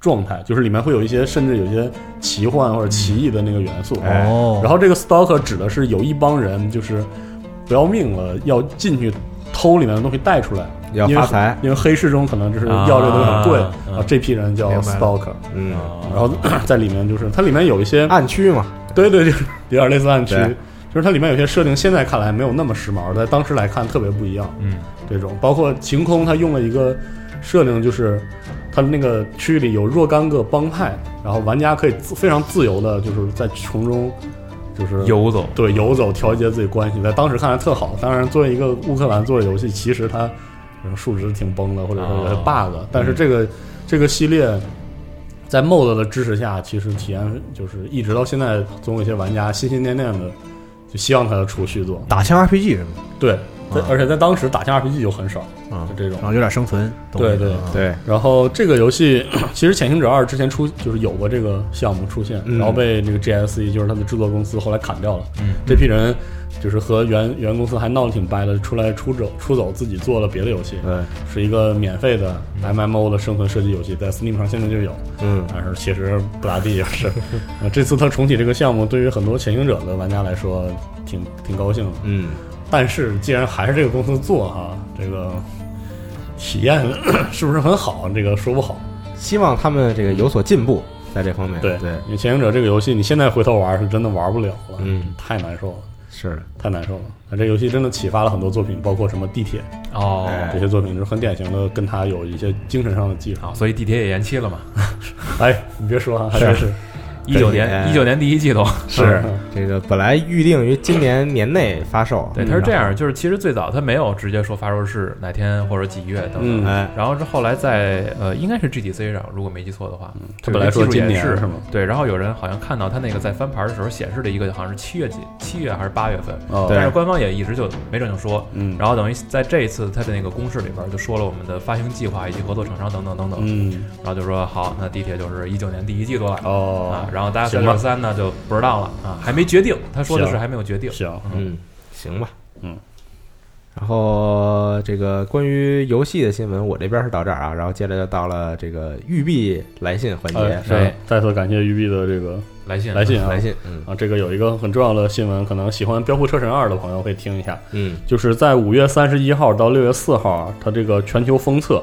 状态，就是里面会有一些甚至有一些奇幻或者奇异的那个元素。
哎
哦，
然后这个 stalker 指的是有一帮人就是不要命了，要进去偷里面的东西带出来，
要
因为
发财
因为黑市中可能就是要这个东西很贵，
啊
然后这批人叫
明白了
stalker，
嗯，
然后 在里面就是它里面有一些，
暗区嘛，
对对，就是有点类似暗区
啊对，
就是它里面有些设定，现在看来没有那么时髦，在当时来看特别不一样。
嗯，
这种包括晴空，它用了一个设定，就是它那个区域里有若干个帮派，然后玩家可以自非常自由的，就是在从中就是
游走，
对游走调节自己关系，在当时看来特好。当然，作为一个乌克兰做的游戏，其实它嗯数值挺崩的，或者说有些
哦
bug、但是这个、这个系列在 MOD 的支持下，其实体验就是一直到现在，总有一些玩家心心念念的就希望它出续作。
打枪 RPG 是吗？
对，在
啊
而且在当时打枪 RPG 就很少，
啊
就这种
然。后有点生存东西。
对对
嗯，
对，
然后这个游戏 其实《潜行者二》之前出就是有过这个项目出现，
嗯
然后被这个 GSE 就是他们制作公司后来砍掉了。
嗯
这批人就是和原原公司还闹得挺掰的，出来出走出走，自己做了别的游戏，
对，
是一个免费的 MMO 的生存设计游戏，在 Steam 上现在就有，
嗯，
但是其实不咋地， 就是。呃这次他重启这个项目，对于很多潜行者的玩家来说，挺挺高兴的。
嗯，
但是既然还是这个公司做哈、这个体验 是不是很好？这个说不好。
希望他们这个有所进步，在这方面，
对
对，
因为《潜行者》这个游戏，你现在回头玩是真的玩不了了，
嗯，
太难受了，
是的，
太难受了。那这游戏真的启发了很多作品，包括什么《地铁
哦，》
这些作品，是很典型的跟它有一些精神上的 继承。
啊，所以地铁也延期了嘛，
哎，你别说啊，还真是
一九年
对
一九年第一季度，
是这个本来预定于今年年内发售，
对，它是这
嗯
样，就是其实最早它没有直接说发售是哪天或者几月等等。
嗯，
哎，
然后是后来在呃，应该是 GTC 上，如果没记错的话，
他本来嗯说今年
是
是吗？
对，然后有人好像看到他那个在翻牌的时候显示的一个好像是七月几，七月还是八月份，
哦，
但
对
是官方也一直就没正经说。
嗯，
然后等于在这一次他的那个公示里边就说了我们的发行计划以及合作厂商等等等等，
嗯，
然后就说好，那地铁就是一九年第一季度了
哦
啊，，然后大家三
行吧
六三呢就不知道了啊，还没决定，他说的是
行
还没有决定。
行，
嗯，行吧，
嗯，
嗯然后这个关于游戏的新闻，我这边是到这儿啊，然后接着就到了这个育碧来信环节
哎，，是再次感谢育碧的这个
来信
来信啊
来信，嗯
啊，这个有一个很重要的新闻，可能喜欢《飙酷车神二》的朋友会听一下，
嗯
就是在五月三十一号到六月四号啊，它这个全球封测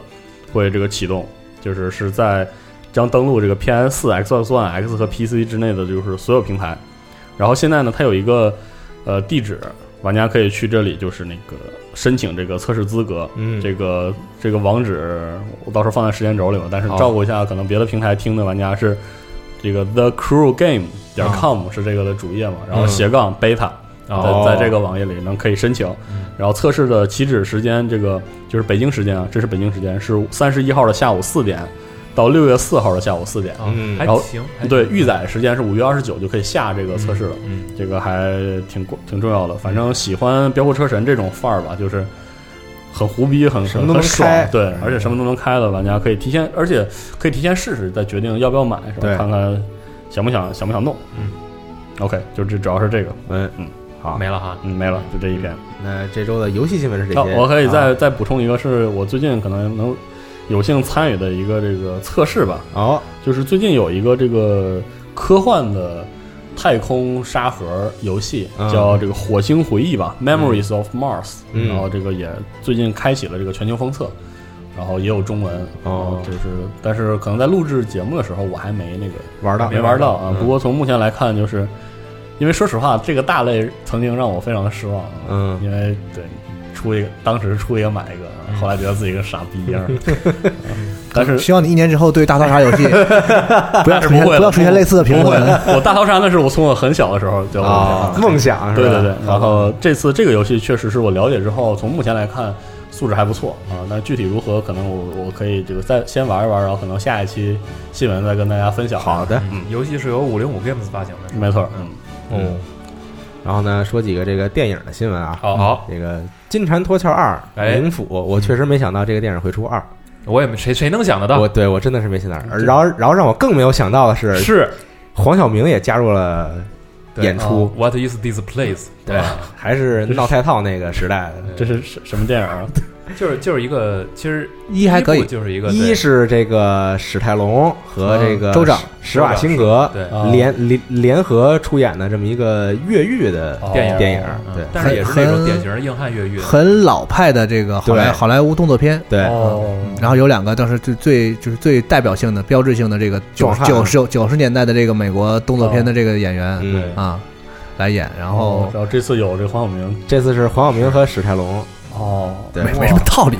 会这个启动，就是是在将登陆这个 PS 4 Xbox One X 和 PC 之内的就是所有平台。然后现在呢，它有一个呃地址，玩家可以去这里就是那个申请这个测试资格。
嗯，
这个这个网址我到时候放在时间轴里吧，但是
好
照顾一下，可能别的平台听的玩家是这个 the crew game 点 com 是这个的主页嘛，然后
啊嗯
斜杠 beta，
哦，
在在这个网页里能可以申请，
嗯
然后测试的起止时间，这个就是北京时间啊，这是北京时间，是三十一号的下午四点到六月四号的下午四点。
嗯
啊还
然后
行，还
对，
行
预载时间是五月二十九就可以下这个测试了，
嗯
这个还挺过挺重要的。反正喜欢《飙酷车神》这种范儿吧，就是很胡逼，很
什么都能
很爽
开，嗯
对，而且什么都能开的玩家可以提前，而且可以提前试试，再决定要不要买，是
对
吧？看看想不想想不想弄。
嗯
，OK，就这主要是这个，
嗯
嗯
好，
啊没了哈，
嗯，没了，就这一篇。
那这周的游戏新闻是这
啊
些，，
我可以
啊
再、再补充一个，是我最近可能能有幸参与的一个这个测试吧，
哦，
就是最近有一个这个科幻的太空沙盒游戏，
嗯
叫这个《火星回忆》吧，Memories of Mars》，
嗯
然后这个也最近开启了这个全球封测。然后也有中文，然后
哦
就是，但是可能在录制节目的时候，我还没那个
玩到
没玩到啊。
嗯
不过从目前来看，就是因为说实话，这个大类曾经让我非常的失望。啊
嗯
因为对出一个，当时出一个买一个，后来觉得自己跟傻逼一样。但是
希望你一年之后对大逃杀 游戏不要
但是
出
不
现
会了
不要出现类似的评
不会
论。
我大逃杀那是我从我很小的时候就
啊，梦想是
对
吧？
对对。然后这次这个游戏确实是我了解之后，从目前来看素质还不错啊。但具体如何，可能我我可以这个再先玩一玩，然后可能下一期新闻再跟大家分享。
好，的，
嗯游戏是由五零五 Games 发行的，是吧
没错，嗯，
嗯，然后呢，说几个这个电影的新闻啊，
好好，
这个《金蝉脱壳二》
哎
冥府，我确实没想到这个电影会出二，
我也没谁谁能想得到
我，对我真的是没想到。
嗯
而然后，然后让我更没有想到的是，
是
黄晓明也加入了
对哦
演出，
What is this place？啊
对
吧，
还是闹太套那个时代的。
这是什什么电影啊？
就是就是一个，其实
一还可以
部就是一个
一是这个史泰龙和这个
嗯州长
史瓦辛格
对对
啊
联联联合出演的这么一个越狱的
哦
电影
电影，
嗯
对
但是也是那种
很
典型的硬汉越狱的，
很老派的这个好莱
对
好莱坞动作片，
对，
哦，
然后有两个当时最最就是最代表性的、标志性的这个九
壮汉
九十九十年代的这个美国动作
哦
片的这个演员
嗯，
啊来演，然后
然后这次有这黄晓明，
这次是黄晓明和史泰龙，
哦，
对
没没什么道理。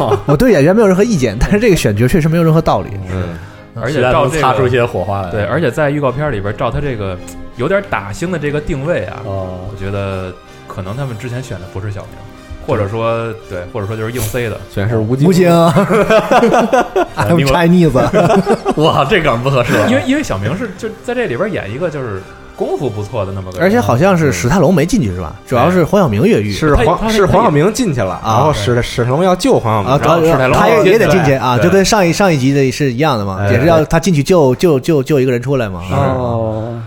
哇
我对演员没有任何意见，但是这个选角确实没有任何道理。
嗯，
而且
期待
照
能
这
擦出一
个
嗯些火花来。
对，而且在预告片里边照他这个有点打星的这个定位啊，
哦
我，觉得可能他们之前选的不是小明，或者说对，或者说就是硬塞的，
全是吴京
吴京 ，I'm Chinese，
哇，这梗不合适了，
因为因为小明是就在这里边演一个就是功夫不错的那么个人，啊
而且好像是史泰龙没进去是吧？主要是黄晓明越狱
是
他
黄
他
是
他
黄晓明进去了，
啊
然后史史泰龙要救黄晓
啊，
明，
然后
主要
史泰龙
他也也得
对
进去啊，
对
就跟上一上一集的是一样的嘛，
哎
也是要他进去救救救救一个人出来嘛。
是
哦，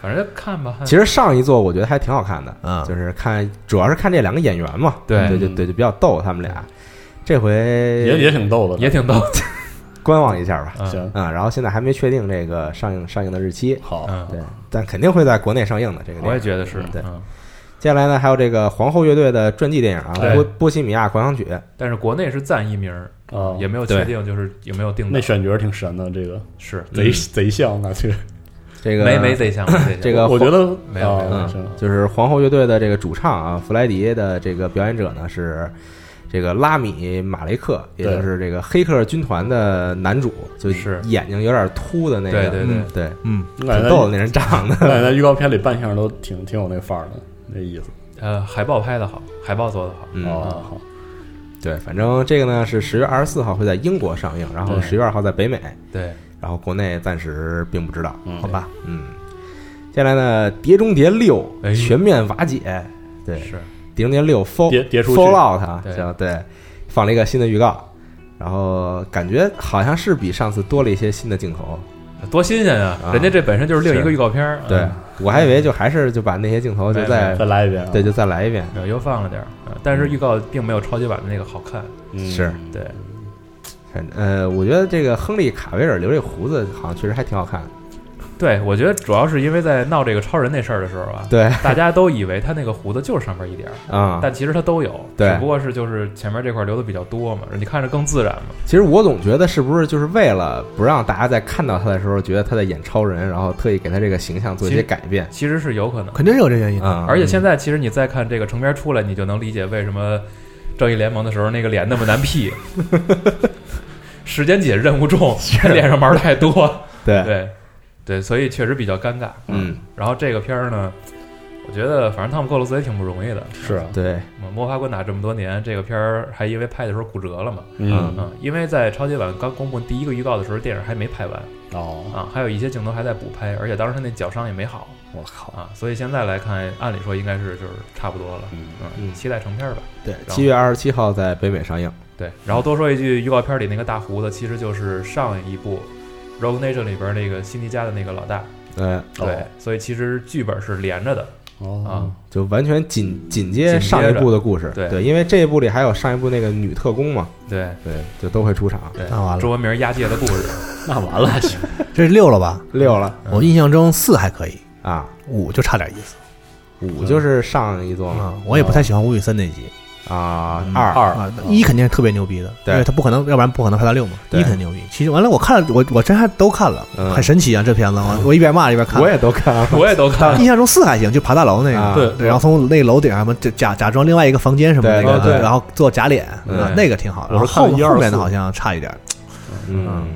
反正看吧，
其实上一座我觉得还挺好看的，
嗯
就是看主要是看这两个演员嘛，
对
对对对，就比较逗他们俩。这回
也也挺逗的，
也挺逗，
观望一下吧，
嗯
行，
啊，然后现在还没确定这个上映上映的日期，
好，
嗯，
对，但肯定会在国内上映的这个电影。
我也觉得是
对
嗯
接下来呢，还有这个皇后乐队的传记电影啊，
对
《波波西米亚狂想曲》，
但是国内是暂一名儿，
哦
啊，
也没有确定就是有没有定
那
的，
选角挺神的，这个
是
贼贼像，我去，
这个
没没这项，没
这
这项
个
我觉得
没有没有
啊
嗯
行，
就是皇后乐队的这个主唱啊，弗莱迪的这个表演者呢是这个拉米马雷克，也
对
就是这个黑客军团的男主，就是眼睛有点秃的那
对
个，
对对
嗯对，
嗯，
我感
挺
觉
逗的那人长得，
我感觉预告片里扮相都挺挺有那范儿的，那意思。
呃海报拍的好，海报做的好，
嗯，
哦，好，
对，反正这个呢是十月二十四号会在英国上映，然后
对
十月二号在北美，
对，
然后国内暂时并不知道，
嗯
好吧，嗯。接下来呢，《碟中谍六
哎》
全面瓦解，对，
是
《碟中谍六》Fall
跌跌出去
Fallout 啊，
对
叫对，放了一个新的预告，然后感觉好像是比上次多了一些新的镜头，
多新鲜啊
啊！
人家这本身就是另一
是
个预告片儿，
对
嗯，
我还以为就还是就把那些镜头
没
就
有
再
再来一遍啊。
对就再来一遍，
没有又放了点儿，呃但
嗯
是预告并没有超级版的那个好看。
嗯
是
对，
反正呃，我觉得这个亨利卡维尔留这胡子好像确实还挺好看的，
对，我觉得主要是因为在闹这个超人那事儿的时候啊，
对
大家都以为他那个胡子就是上面一点儿，
啊、
但其实他都有，
对
只不过是就是前面这块留的比较多嘛，你看着更自然嘛。
其实我总觉得是不是就是为了不让大家在看到他的时候觉得他在演超人，然后特意给他这个形象做一些改变
其实是有可能，
肯定是有这原因的。
啊、
而且现在其实你再看这个成片出来，你就能理解为什么正义联盟的时候那个脸那么难 P。时间紧，任务重，脸上毛太 多，
对
对对，所以确实比较尴尬。
嗯
然后这个片儿呢，我觉得反正汤姆·克鲁斯也挺不容易的，
是啊，
对
摸爬滚打这么多年，这个片儿还因为拍的时候骨折了嘛，
嗯
嗯，因为在超级碗刚公布第一个预告的时候，电影还没拍完
哦，
啊，还有一些镜头还在补拍，而且当时他那脚伤也没好
我靠，
啊，所以现在来看，按理说应该是就是差不多了，
嗯
嗯，
嗯
期待成片儿吧。
对，
后
七月二十七号在北美上映，
对，然后多说一句，预告片里那个大胡子其实就是上一部《Rogue Nation》里边那个辛迪加的那个老大，
呃，
对，所以其实剧本是连着的
哦
啊，，
就完全紧紧接
嗯紧接着
上一部的故事，
对
因为这一部里还有上一部那个女特工嘛，
对
对，就都会出场。
对，
那完了
中文名《押解的故事》，
那 完了，
这是六了吧？
六了
我印象中四还可以，
啊，
五就差点意思
嗯
五就是上一座
啊
嘛。，
我也不太喜欢吴宇森那集
啊，
嗯
二
啊，一肯定是特别牛逼的，
对
因为他不可能，要不然不可能拍到六嘛，
对
一肯定牛逼。其实完了，我看了，我我真还都看了
嗯，
很神奇啊，这片子我我一边骂一边看
我。也都看了，
我也都看了。
印象中四还行，就爬大楼那
啊
个，
对
然后从那个楼顶上嘛，就假假装另外一个房间什么的
对
那
对
个，啊
对
然后做假脸，
对
啊那个挺好。然
我
后
是看
后
了一二
后面的
四
好像差一点，
嗯，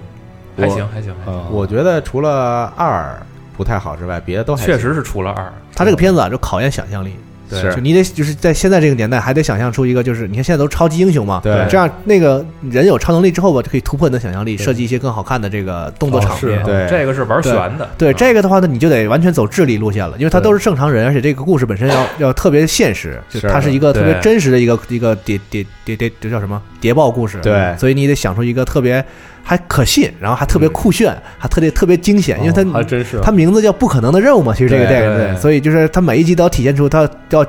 还行，还行，还行。
啊，
我觉得除了二不太好之外，别的哦都还
确实是除了二，
他这个片子啊，就考验想象力，
对
嗯是
就你得就是在现在这个年代，还得想象出一个，就是你看现在都超级英雄嘛，
对
这样那个人有超能力之后吧，就可以突破你的想象力，
对
设计一些更好看的这个动作场
哦是
面。
啊
对
这个是玩悬的，啊
对这个的话呢，你就得完全走智力路线了，因为它
对
都是正常人，而且这个故事本身要要特别现实，就是它是一个
对
特别真实的一个一个谍谍谍谍这叫什么谍报故事。
对
所以你得想出一个特别还可信，然后还特别酷炫，还特别特别惊险，因为它
哦还真是
它名字叫《不可能的任务》嘛，其实这个
对
电影
对
对，所以就是它每一集都要体现出它要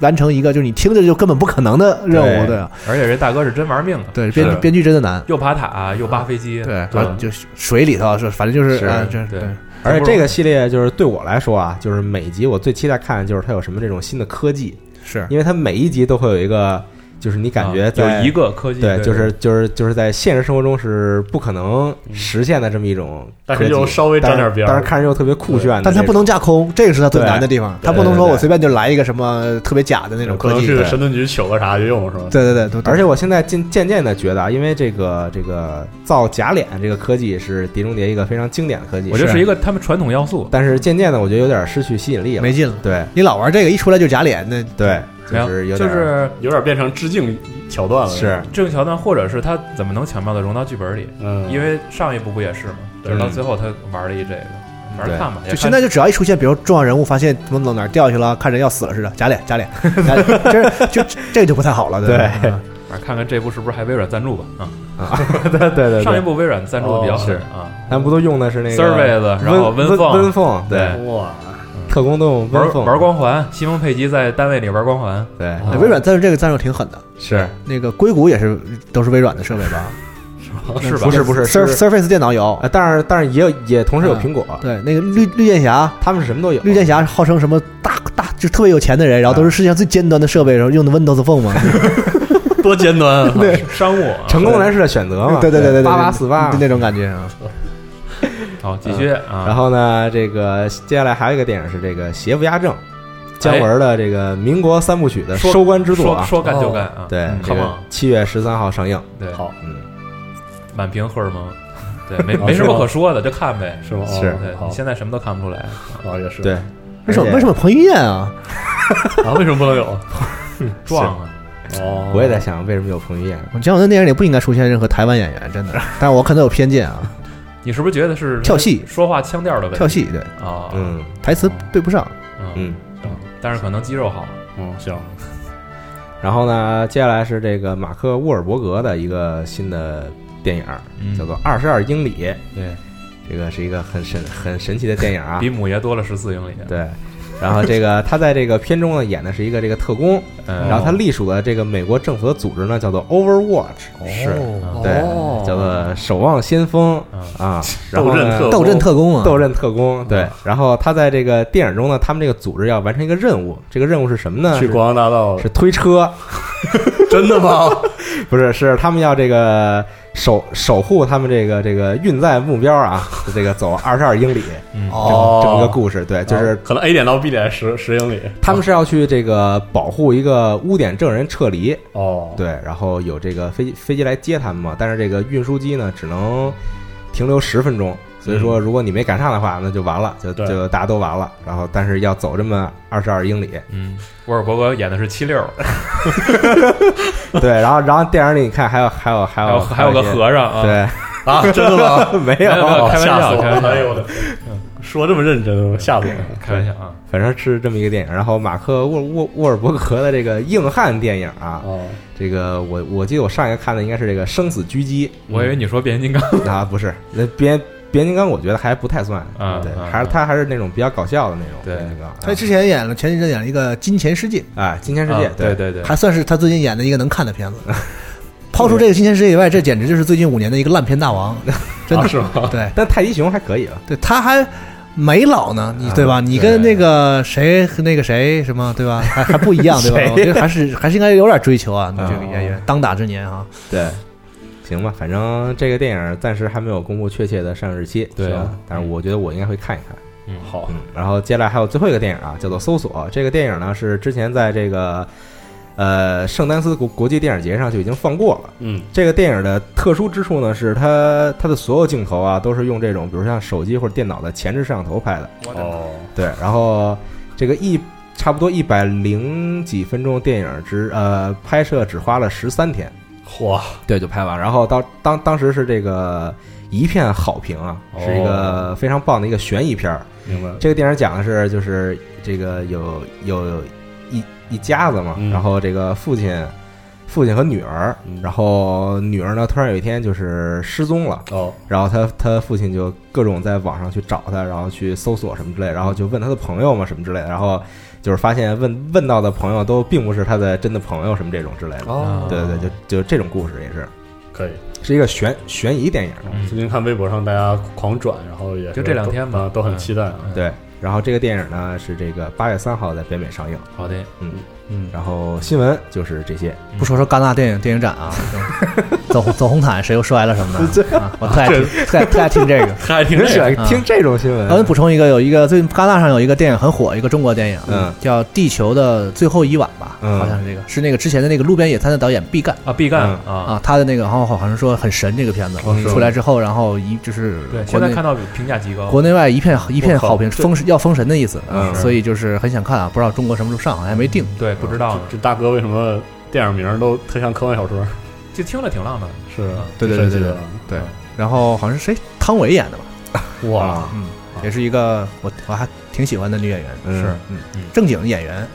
完成一个就是你听着就根本不可能的任务，
对
对啊
而且这大哥是真玩命的，
对，
是
编编剧真的难，
又爬塔又扒飞机，
对，
对
反正就是水里头是反正就是
是
啊，这
对
而且这个系列就是对我来说啊，就是每一集我最期待看的就是它有什么这种新的科技，
是
因为它每一集都会有一个，就是你感觉
啊
在
有一个科技，
对，就是就是就是在现实生活中是不可能
嗯
实现的这么一种科
但
技，
是又稍微沾点边儿
但是看着又特别酷炫的那种，
但它不能架空，这个是它最难的地方，
对
它不能说
对对
我随便就来一个什么特别假的那种
可
科
能
技，
去
对
对
神盾局取个啥就用是吧？
对对对，
而
且
且我现在渐渐渐的觉得啊，因为这个这个造假脸这个科技是《碟中谍》一个非常经典的科技，
我觉得是
一
一
个，
个他们传统要素，
但是渐渐的我觉得有点失去吸引力了。
没劲了。
对
你老玩这个，一出来就假脸，那
对，
没
是有
就
点
是
有点变成致敬桥段了，
是，
这个桥段，或者是他怎么能巧妙的融到剧本里？
嗯，
因为上一部不也是嘛，
对
嗯
就是到最后他玩了一这个，反正看吧，也
就
看
现在就只要一出现，比如重要人物发现怎么从哪儿掉下去了，看人要死了似的，假脸假 脸，假脸这就这个就不太好了，对吧？
对
嗯
反正看看这部是不是还微软赞助吧？啊，
啊，对对对，对
上一部微软赞助的比较
哦
狠
是
啊
咱不都用的是那个
Service，然后
温
温凤
温凤，对，
对
哇，
特工都用温
玩
凤
玩光啊环，西蒙佩吉在单位里玩光环，
对
哦
微软赞助这个赞助挺狠的，
是
那个硅谷也是都是微软的设备吧？
是吧？
不是不是
Sur-，Surface 电脑有，
呃但是但是也有也同时有
嗯
苹果，
对，那个绿绿箭侠，
他们是什么都有，
绿箭侠号称什么大大就特别有钱的人，然后都是世界上最尖端的设备，然后用的 Windows Phone 嘛，
多尖端 啊！
对商务啊。
成功人士的选择嘛，
对对对对，
八八四八
就，那种感觉啊，
好，继
嗯
续啊。
然后呢，这个接下来还有一个电影是这个《邪不压正》，
哎
姜文的这个民国三部曲的
说
收官之作
说
啊，
说干就干啊！
对，这
come
个
on，
七月十三号上映，
对，
好，
嗯，
满屏荷尔 蒙，对，没
哦
没什么
是吗
可说的，就看呗。
是吗？哦
是
对，
好
你，现在什么都看不出来。
哦也是，
对，
为什么为什么
么？
彭于晏啊？
啊，为什么不能 有？
壮啊！
哦，
我也在想为什么有彭于晏，
我姜文的电影里不应该出现任何台湾演员，真的，但是我可能有偏见啊，
你是不是觉得是
跳戏
说话腔调的问题？
跳戏对，
啊，
嗯
台词对不上，
嗯
嗯。
但是可能肌肉好。
嗯行，
然后呢，接下来是这个马克·沃尔伯格的一个新的电影，
嗯
叫做《二十二英里》。
对，
这个是一个很神很神奇的电影啊
比。母爷多了十四英里。
对，然后这个他在这个片中呢演的是一个这个特工，
嗯，
然后他隶属的这个美国政府的组织呢叫做 Overwatch，
是
哦
啊对，叫做守望先锋
嗯
啊，然
斗
后
阵
呢
特嗯
斗阵特工啊，
斗阵特工，对。然后他在这个电影中呢，他们这个组织要完成一个任务，这个任务是什么呢？
去
是
国王大道
是推车，
真的吗？
不是，是他们要这个守守护他们这个这个运载目标啊，就这个走二十二英里
嗯
哦啊
这么一个故事。对，就是
可能 A 点到 B 点十十英里
他们是要去这个保护一个污点证人撤离，
哦，
对，然后有这个飞机飞机来接他们嘛，但是这个运输机呢只能停留十分钟，所以
嗯
说如果你没赶上的话，那就完了，就
对
就大家都完了。然后但是要走这么二十二 英里，
嗯，沃尔伯格演的是七六，
对，然后然后电影里你看还有还有还
还有
有
还有个
一些，
和尚啊，
对，
啊，真的吗？
没
没有没有
有，哦
开玩
吓
笑
死我
开玩
了！
笑
哎呦我的天，说这么认真，吓死我了！
开玩笑啊，
反正是这么一个电影。然后马克沃沃沃尔伯格的这个硬汉电影啊，
哦，
这个我我记得我上一个看的应该是这个《生死狙击
我以为你说变形金刚，》
啊，不是那变。变形金刚我觉得还不太算，
嗯
对，
嗯
还是
嗯
他还是那种比较搞笑的那种
对
变形金刚啊。
他之前演了前几阵演了一个《金钱世界
哎，今天世界，
啊对对对，》，
还算是他最近演的一个能看的片子。抛出这个《金钱世界》以外，这简直就是最近五年的一个烂片大王，真
啊
的
是吗？
对
但泰迪熊还可以吧？
对，他还没老呢，你
啊
对吧？你
对
跟那个谁和那个谁什么对吧？还还不一样对吧
谁？呀
我觉得还是还是应该有点追求啊，你这个
哦
演员当打之年啊，
对，行吧，反正这个电影暂时还没有公布确切的上映日期，
对啊
行但是我觉得我应该会看一看。
嗯好，
好
嗯，然后接下来还有最后一个电影啊，叫做《搜索》。这个电影呢是之前在这个呃圣丹斯国国际电影节上就已经放过了。
嗯，
这个电影的特殊之处呢是它它的所有镜头啊都是用这种比如像手机或者电脑的前置摄像头拍的。
我的
哦，
对，然后这个一差不多一百零几分钟电影只呃拍摄只花了十三天。
嚯，
对，就拍完。然后当当当时是这个一片好评啊，
哦
是一个非常棒的一个悬疑片儿。
明白了，
这个电影讲的是就是这个有有一一家子嘛，
嗯
然后这个父亲。父亲和女儿
嗯，
然后女儿呢，突然有一天就是失踪了，
哦，
然后他他父亲就各种在网上去找他，然后去搜索什么之类，然后就问他的朋友嘛什么之类的，然后就是发现问问到的朋友都并不是他的真的朋友什么这种之类的，
哦
对对对，就就这种故事也是，
可以。
是一个悬悬疑电影。
嗯
最近看微博上大家狂转，然后也是
就这两天吧
啊都很
嗯
期待。
嗯
对，然后这个电影呢是这个八月三号在北美上映。
好的，
嗯，
嗯，
然后新闻就是这些。
不说说戛纳电影电影展啊， 走走红毯谁又摔了什么的，啊、我特爱听，特爱特爱听这个。
还挺
挺喜欢
个
听这种新
我们
闻。
补充一个，有一个最近戛纳上有一个电影很火，一个中国电影，
嗯
叫《地球的最后一晚》吧，
嗯
好像是这个，是那个之前的那个《路边野餐》的导演毕赣
啊，毕赣啊，
嗯
啊，他的那个，然后好像说很神这个片子
哦是吗
出来之后，然后一就是
对，
国
现在
内
看到评价极高，
国内外一片一片
我靠
好评，
这
封神要封神的意思，啊
嗯
所以就是很想看啊，不知道中国什么时候上，好像还没定。
对，不知道呢，
这大哥为什么电影名儿都特像科幻小说？
就听着挺浪漫的，
是
嗯
对对对
神奇
对
的
对，然后好像是谁汤唯演的吧，
哇，
嗯
啊，
也是一个我我还挺喜欢的女演员，
嗯
是
正经演员，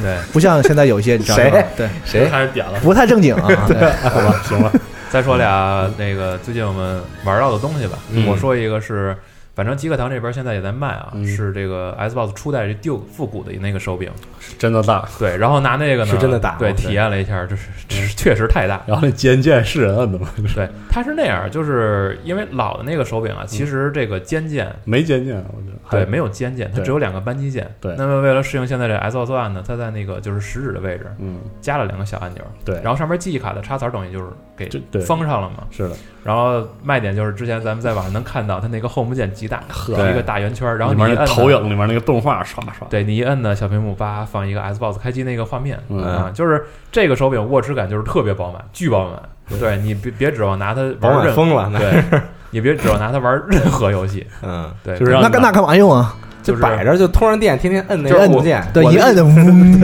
对。
不像现在有一些你知道吗
谁？
对，
这
谁？
开始点了，
不太正 经啊。对，
好吧，行吧，
再说俩那个最近我们玩到的东西吧。
嗯
我说一个是，反正极客堂这边现在也在卖啊，
嗯
是这个 Xbox 初代这 Duke 复古的那个手柄。
真的大。
对，然后拿那个呢，
是真的大
对，
对
体验了一下，就是就是确实太大。
然后那肩键是人啊摁的吗？
对，它是那样，就是因为老的那个手柄啊，其实这个尖键。
没肩键，我觉得还
对，没有尖键，它
对
只有两个扳机键。
对
那么为了适应现在这 Xbox One 呢，它在那个就是食指的位置
嗯，
加了两个小按钮，
对，
然后上面记忆卡的插槽等于就是给
这对
封上了嘛。
是的，
然后卖点就是之前咱们在网上能看到它那个 home 键极大，
呵
是一个大圆圈儿，然后
里
你一
面
摁
那
呢
投，影里面那个动画刷刷，
对你一摁呢，小屏幕叭放一个 Xbox 开机那个画面
嗯
啊，就是这个手柄握持感就是特别饱满，巨饱满。对你别别指望拿它
饱
玩
满
任
疯了那
对，你别指望拿它玩任何游戏，
嗯，
对，
就是让
那那干嘛用啊？
就
就是摆着就通上电，天天摁那
就
个
是
按
我
键。
对，
我
一
的
摁 的嗡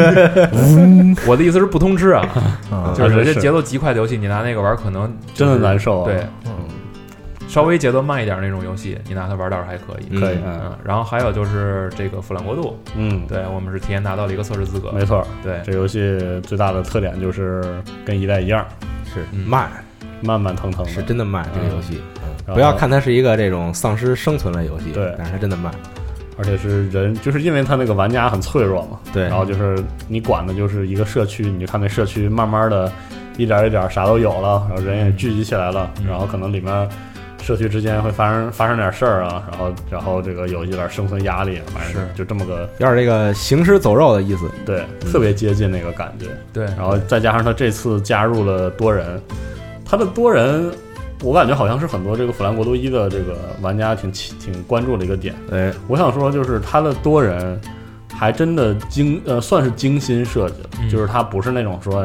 我的意思是不通吃啊，
啊，
就是有些
是
节奏极快的游戏，你拿那个玩可能
真的难受啊。
对，
嗯，
稍微节奏慢一点那种游戏，你拿它玩倒是还可以。
嗯
可以，啊
嗯，然后还有就是这个《腐烂国度》，
嗯，
对我们是提前拿到了一个测试资格，
没错儿。
对，
这游戏最大的特点就是跟一代一样，
是
嗯
慢，
慢慢腾腾的。
是真的慢这个游戏。嗯不要，看它是一个这种丧尸生存类游戏，
啊对
但是它真的慢。
而且是人，就是因为他那个玩家很脆弱嘛，
对
然后就是你管的就是一个社区，你就看那社区慢慢的，一点一点啥都有了，然后人也聚集起来了，
嗯
然后可能里面社区之间会发生发生点事儿啊，然后然后这个有一点生存压力，反
是嗯
正就这么个
要是这个行尸走肉的意思，
对，特别接近那个感觉。
对，
然后再加上他这次加入了多人，他的多人，我感觉好像是很多这个《腐烂国度一》的这个玩家挺期挺关注的一个点。
哎，
我想说，就是他的多人还真的精呃，算是精心设计了，
嗯
就是他不是那种说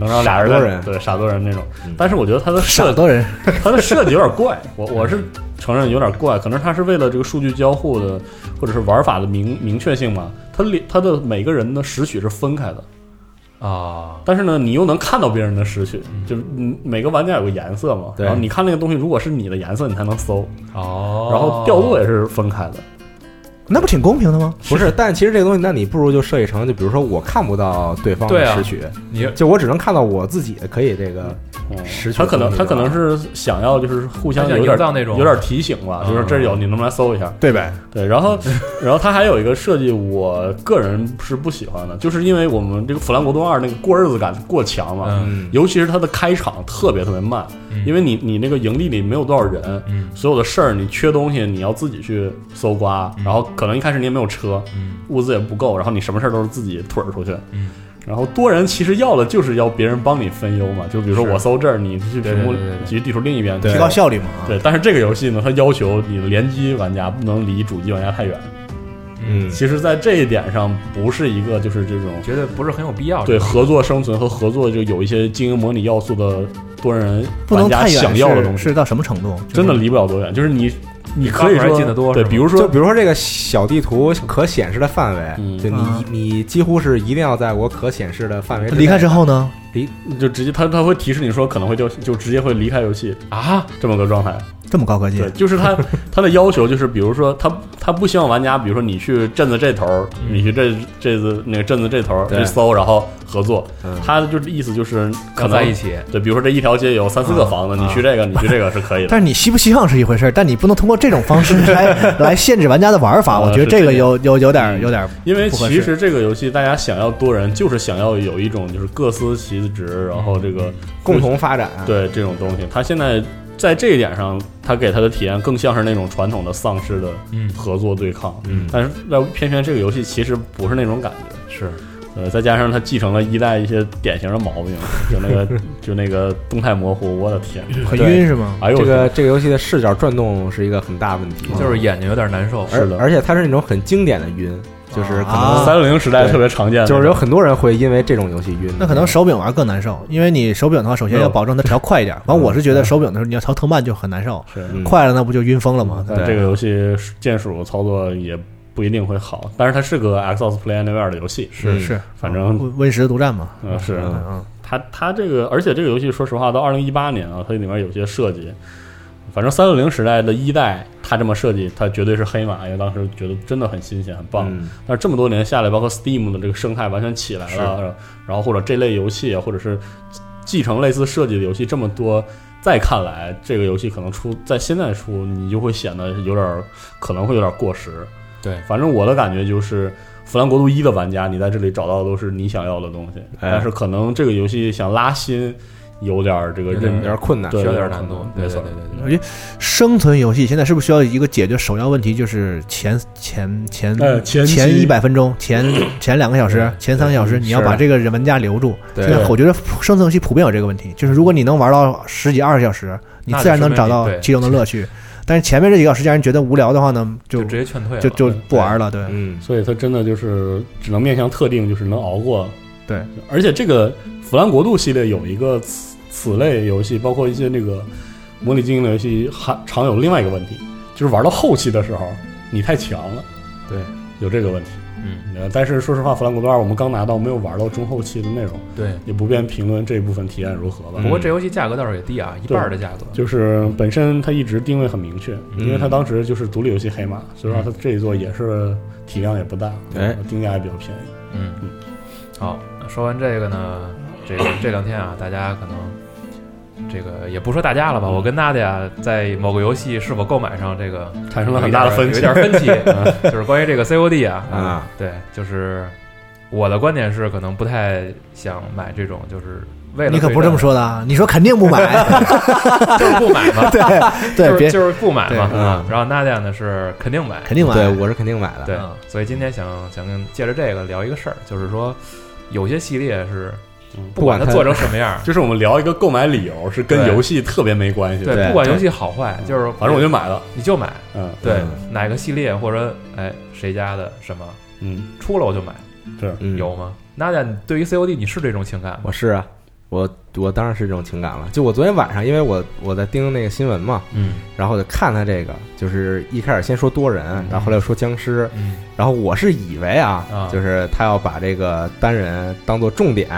能让俩人在
傻多人
对傻多人那种
嗯，
但是我觉得他的
傻
设计
多人
它的设计有点 怪，我我是承认有点怪，可能它是为了这个数据交互的或者是玩法的明明确性嘛，它里它的每个人的拾取是分开的，
啊，
但是呢，你又能看到别人的拾取，
嗯
就是你每个玩家有个颜色嘛，
对
然后你看那个东西如果是你的颜色，你才能搜，
哦，
然后掉落也是分开的，
那不挺公平的吗？
不是，但其实这个东西，那你不如就设计成，就比如说我看不到对方
对
的
啊
拾取，
你
就我只能看到我自己的，可以这个
嗯
拾取
他可能
的
他
东
可
西
能是想要就是互相
他想
有点
营造那种
有点提醒吧，
嗯
就是这儿有你能不能来搜一下？
对呗，
对，然后然后他还有一个设计，我个人是不喜欢的，就是因为我们这个《腐烂国度二》那个过日子感过强嘛，
嗯
嗯，
尤其是它的开场特别特别慢，
嗯
因为你你那个营地里没有多少人。
嗯
所有的事儿，你缺东西，你要自己去搜刮，
嗯
然后可能一开始你也没有车，
嗯
物资也不够，然后你什么事儿都是自己腿儿出去。
嗯，
然后多人其实要的就是要别人帮你分忧嘛，就比如说
是
我搜这儿，你去
对
屏幕
对对对对
去地图另一边
对
提高效率嘛。啊
对，但是这个游戏呢，它要求你的联机玩家不能离主机玩家太远。
嗯
其实，在这一点上，不是一个就是这种
觉得不是很有必要，
对合作生存和合作就有一些经营模拟要素的多人
不能
玩家
太远，
想要的
是
东西，
是到什么程度？就是
真的离不了多远。就是你，你可以
方法
说
进得多
对，
是吧
比如
就
说
比如说这个小地图可显示的范围，
嗯
就你
啊
你几乎是一定要在我可显示的范围之内
离开之后呢？
就直接他他会提示你说可能会掉，就直接会离开游戏
啊，
这么个状态。
这么高科技
对，，就是他 他的要求就是，比如说他他不希望玩家，比如说你去镇子这头儿，
嗯
你去这这子那个镇子这头儿
对
去搜，然后合作。
嗯
他的就是意思就是可
要
能
在一起，嗯
对，比如说这一条街有三四个
啊
房子，你
啊
去这个，你去这个是可以的。
但是你希不希望是一回事儿，但你不能通过这种方 式来来限制玩家的玩法。
呃
我觉得
是嗯
这
这
个
样
有有有点有点
因为
不合
其
适
实这个游戏大家想要多人，就是想要有一种就是各司其职，然后这个
嗯
共同发展，，
对这种东西。他现在在这一点上，他给他的体验更像是那种传统的丧尸的
嗯
合作对抗。
嗯
但是要偏偏这个游戏其实不是那种感觉。
是
呃，再加上它继承了一代一些典型的毛 病，就那个就那个动态模糊，我的天，
很
对
晕是吗？
哎呦
这
我
个这个游戏的视角转动是一个很大问题，
就是眼睛有点难受，
而
是的
而且它是那种很经典的晕，就是可能
啊
三六零时代特别常见的，
就是有很多人会因为这种游戏晕，
那可能手柄玩更难受，因为你手柄的话，首先要保证它调快一点。完，我是觉得手柄的时候你要调特慢就很难受，
是。
嗯
快了那不就晕疯了吗？
但这个游戏键鼠操作也不一定会好，但是它是个 Xbox Play Anywhere 的游戏，
是
是嗯
反正
温十独占嘛，
嗯是
嗯
嗯，
它它这个，而且这个游戏说实话，到二零一八年啊，它里面有些设计，反正三六零时代的一代，它这么设计，它绝对是黑马，因为当时觉得真的很新鲜，很棒。
嗯
但是这么多年下来，包括 Steam 的这个生态完全起来了，然后或者这类游戏啊，或者是继承类似设计的游戏这么多，再看来这个游戏可能出在现在出，你就会显得有点儿可能会有点过时。
对
反正我的感觉就是，《弗兰国度一》的玩家，你在这里找到的都是你想要的东西，
哎
但是可能这个游戏想拉新，有点儿这个
有点
认
有点困难，
对
需要点难度，对
没
对
错
对对对，
我觉得生存游戏现在是不是需要一个解决首要问题，就是前前前
呃前期
前一百分钟、 前前两个小时、前三个小时，你要
是
把这个人玩家留住。
对
现在我觉得生存游戏普遍有这个问题，就是如果你能玩到十几二十小时，你自然能找到其中的乐趣。但是前面这几个小时，既然觉得无聊的话呢，就
就直接劝退了，
就就不玩了。对，
嗯，
所以它真的就是只能面向特定，就是能熬过。
对，
而且这个《腐烂国度》系列有一个此此类游戏，包括一些那个模拟经营的游戏，还常有另外一个问题，就是玩到后期的时候，你太强了，
对，
有这个问题。
嗯
呃但是说实话，《腐烂国度二》我们刚拿到，没有玩到中后期的内容，
对。
也不便评论这部分体验如何吧。
嗯
不过这游戏价格倒是也低啊，一半儿的价格，
嗯就是本身它一直定位很明确，
嗯
因为它当时就是独立游戏黑马，所以说它这一座也是体量也不大，呃
哎，
定价也比较便宜。嗯
嗯，好，那说完这个呢，这个这两天啊，大家可能这个也不说大家了吧，我跟娜迪亚在某个游戏是否购买上，这个
产生了很大的分
有一
歧。
点分歧， 啊就是关于这个 COD 啊，
啊，
对，就是我的观点是，可能不太想买这种，就是为了
你可不是这么
说，
说的啊！你说肯定不买，
就是不买嘛，
对
就
对，
是
别
就是不买嘛。
对
啊然后娜迪亚呢是肯定买，
肯定买。
对我是肯定买的。
对
嗯，
所以今天想想跟借着这个聊一个事儿，就是说有些系列是
嗯
不管
不
它
管它
做成什么样 儿，
就是我们聊一个购买理由是跟
对
游戏特别没关系的，
对，
对
不管游戏好坏，就是
嗯
反正我就买了。
你就买，
嗯
对
嗯
哪个系列或者哎谁家的什么
嗯，
出了我就买，
嗯，
有吗？娜姐，你对于 COD 你是这种情感吗？
我是啊，我我当然是这种情感了。就我昨天晚上，因为我我在盯那个新闻嘛，
嗯
然后我就看他这个，就是一开始先说多人，然后后来又说僵尸，
嗯
然后我是以为啊，
啊
就是他要把这个单人当做重点。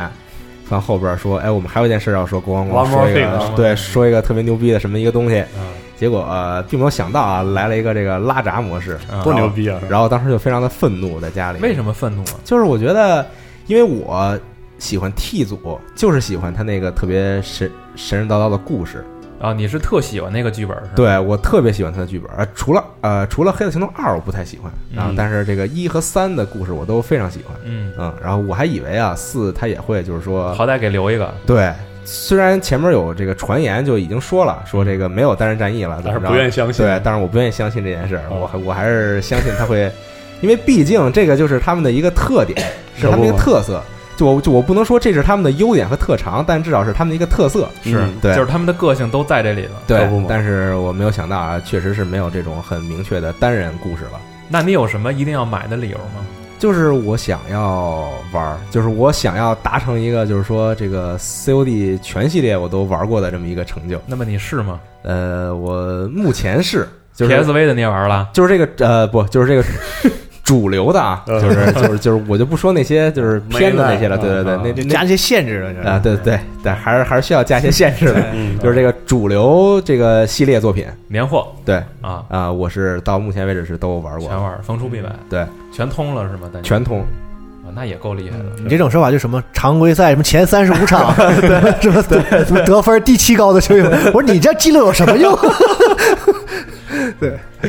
放后边说，哎，我们还有一件事要说，咣咣
One
说一
more thing
个，对，说一个特别牛逼的什么一个东西，
啊
结果、呃、并没有想到啊，来了一个这个拉闸模式，
啊
多牛逼啊！
然后当时就非常的愤怒，在家里
为什么愤怒啊？
就是我觉得，因为我喜欢 T 组，就是喜欢他那个特别神神神叨叨的故事。
啊，你是特喜欢那个剧本是吧？
对我特别喜欢他的剧本，呃除了呃除了《黑色行动二》我不太喜欢，然后
嗯
但是这个一和三的故事我都非常喜欢。
嗯，
嗯，然后我还以为啊四他也会就是说，
好歹给留一个，
对，虽然前面有这个传言就已经说了，说这个没有单人战役了，
但是
怎么
不
着
愿意相信。
对，但是我不愿意相信这件事儿，
嗯
我还我还是相信他会，因为毕竟这个就是他们的一个特点，是他们的一个特色。就我就我不能说这是他们的优点和特长，但至少是他们的一个特色。
是
嗯
对
就是他们的个性都在这里了。
对
可不嘛，
但是我没有想到啊，确实是没有这种很明确的单人故事了。
那你有什么一定要买的理由吗？
就是我想要玩儿，就是我想要达成一个，就是说这个 COD 全系列我都玩过的这么一个成就。
那么你是吗
呃，我目前是就是
PSV 的你也玩了？
就是这个呃，不，就是这个 主流的啊，
嗯
就是就是就是，我就不说那些就是偏的那些了，
没
对
的
对对，
嗯
那
就
那
加一些限制了，这
那啊，对对对对，还是还是需要加一些限制的，
嗯，
就是这个主流这个系列作品，
年货
对
啊，
啊，我是到目前为止是都玩
全
过，
玩，逢出必买，
对，
全通了是吗？大家
全嗯通，
啊那也够厉害的。
你这种说法就什么常规赛什么前三十五场， 什么得什么得分第七高的球员，我说你这记录有什么用？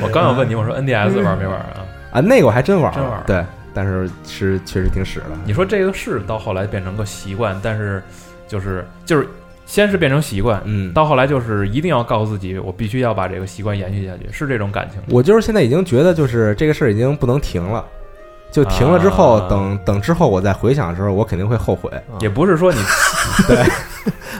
我刚想问你， 我说 NDS 玩没玩啊？
啊，那个我还真玩
真玩
了，对，但是是确实挺屎的，
你说这个是到后来变成个习惯，但是就是就是先是变成习惯，
嗯，
到后来就是一定要告诉自己，我必须要把这个习惯延续下去，是这种感情吗。
我就是现在已经觉得就是这个事儿已经不能停了。就停了之后，
啊
等等之后我再回想的时候，我肯定会后悔。
也不是说你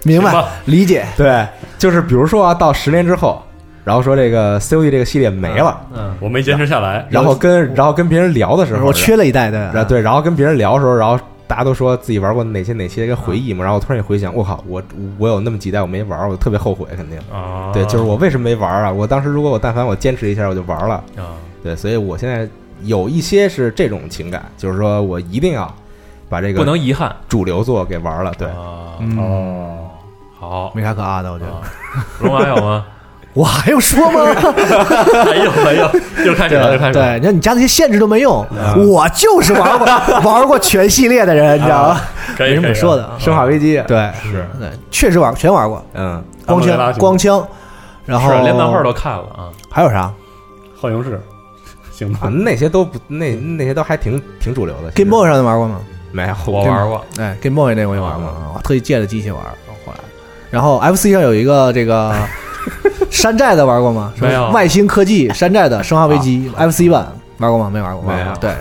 明
什
白
么
理解，
对，就是比如说啊，到十年之后，然后说这个 COD 这个系列没了，
嗯
我没坚持下来。
然后跟然后跟别人聊的时候，
我缺了一代
然后
啊
的，
啊对，然后跟别人聊的时候，然后大家都说自己玩过哪些哪些个回
啊
忆嘛，然后我突然一回想，我靠，我我有那么几代我没玩，我特别后悔，肯定。
啊，
对，就是我为什么没玩啊？我当时如果我但凡我坚持一下，我就玩了。
啊，
对，所以我现在有一些是这种情感，就是说我一定要把这
不
个
能遗憾。
主流作给玩了。对，
啊，
嗯，
哦，
好，
没啥可啊的，我觉得
啊，龙马有吗？
我还用说吗？
没有没有，又开始了，啊又开始了。
对，你看你加那些限制都没用，我就是玩过玩过全系列的人，你知道吗？
可
没
以
什么
可以啊
可说的，啊
生化危机，
对，
是
对，确实玩全玩过，
嗯，
光
阿莫雷拉
枪
是吗
光枪，然后
是连漫画都看了啊，
还有啥
幻影是，行
啊，
吧。
那些都不那那些都还挺挺主流的。其实
？Game Boy 上的玩过吗？
没有，
我玩过，
哎，Game Boy 那我也玩过，
啊
我特意借了机器玩，然后后来，然后 FC 上有一个 这个山寨的玩过吗？
没有啊
外星科 技山寨的《生化危机》FC 版玩过吗？没玩过，
没有
对，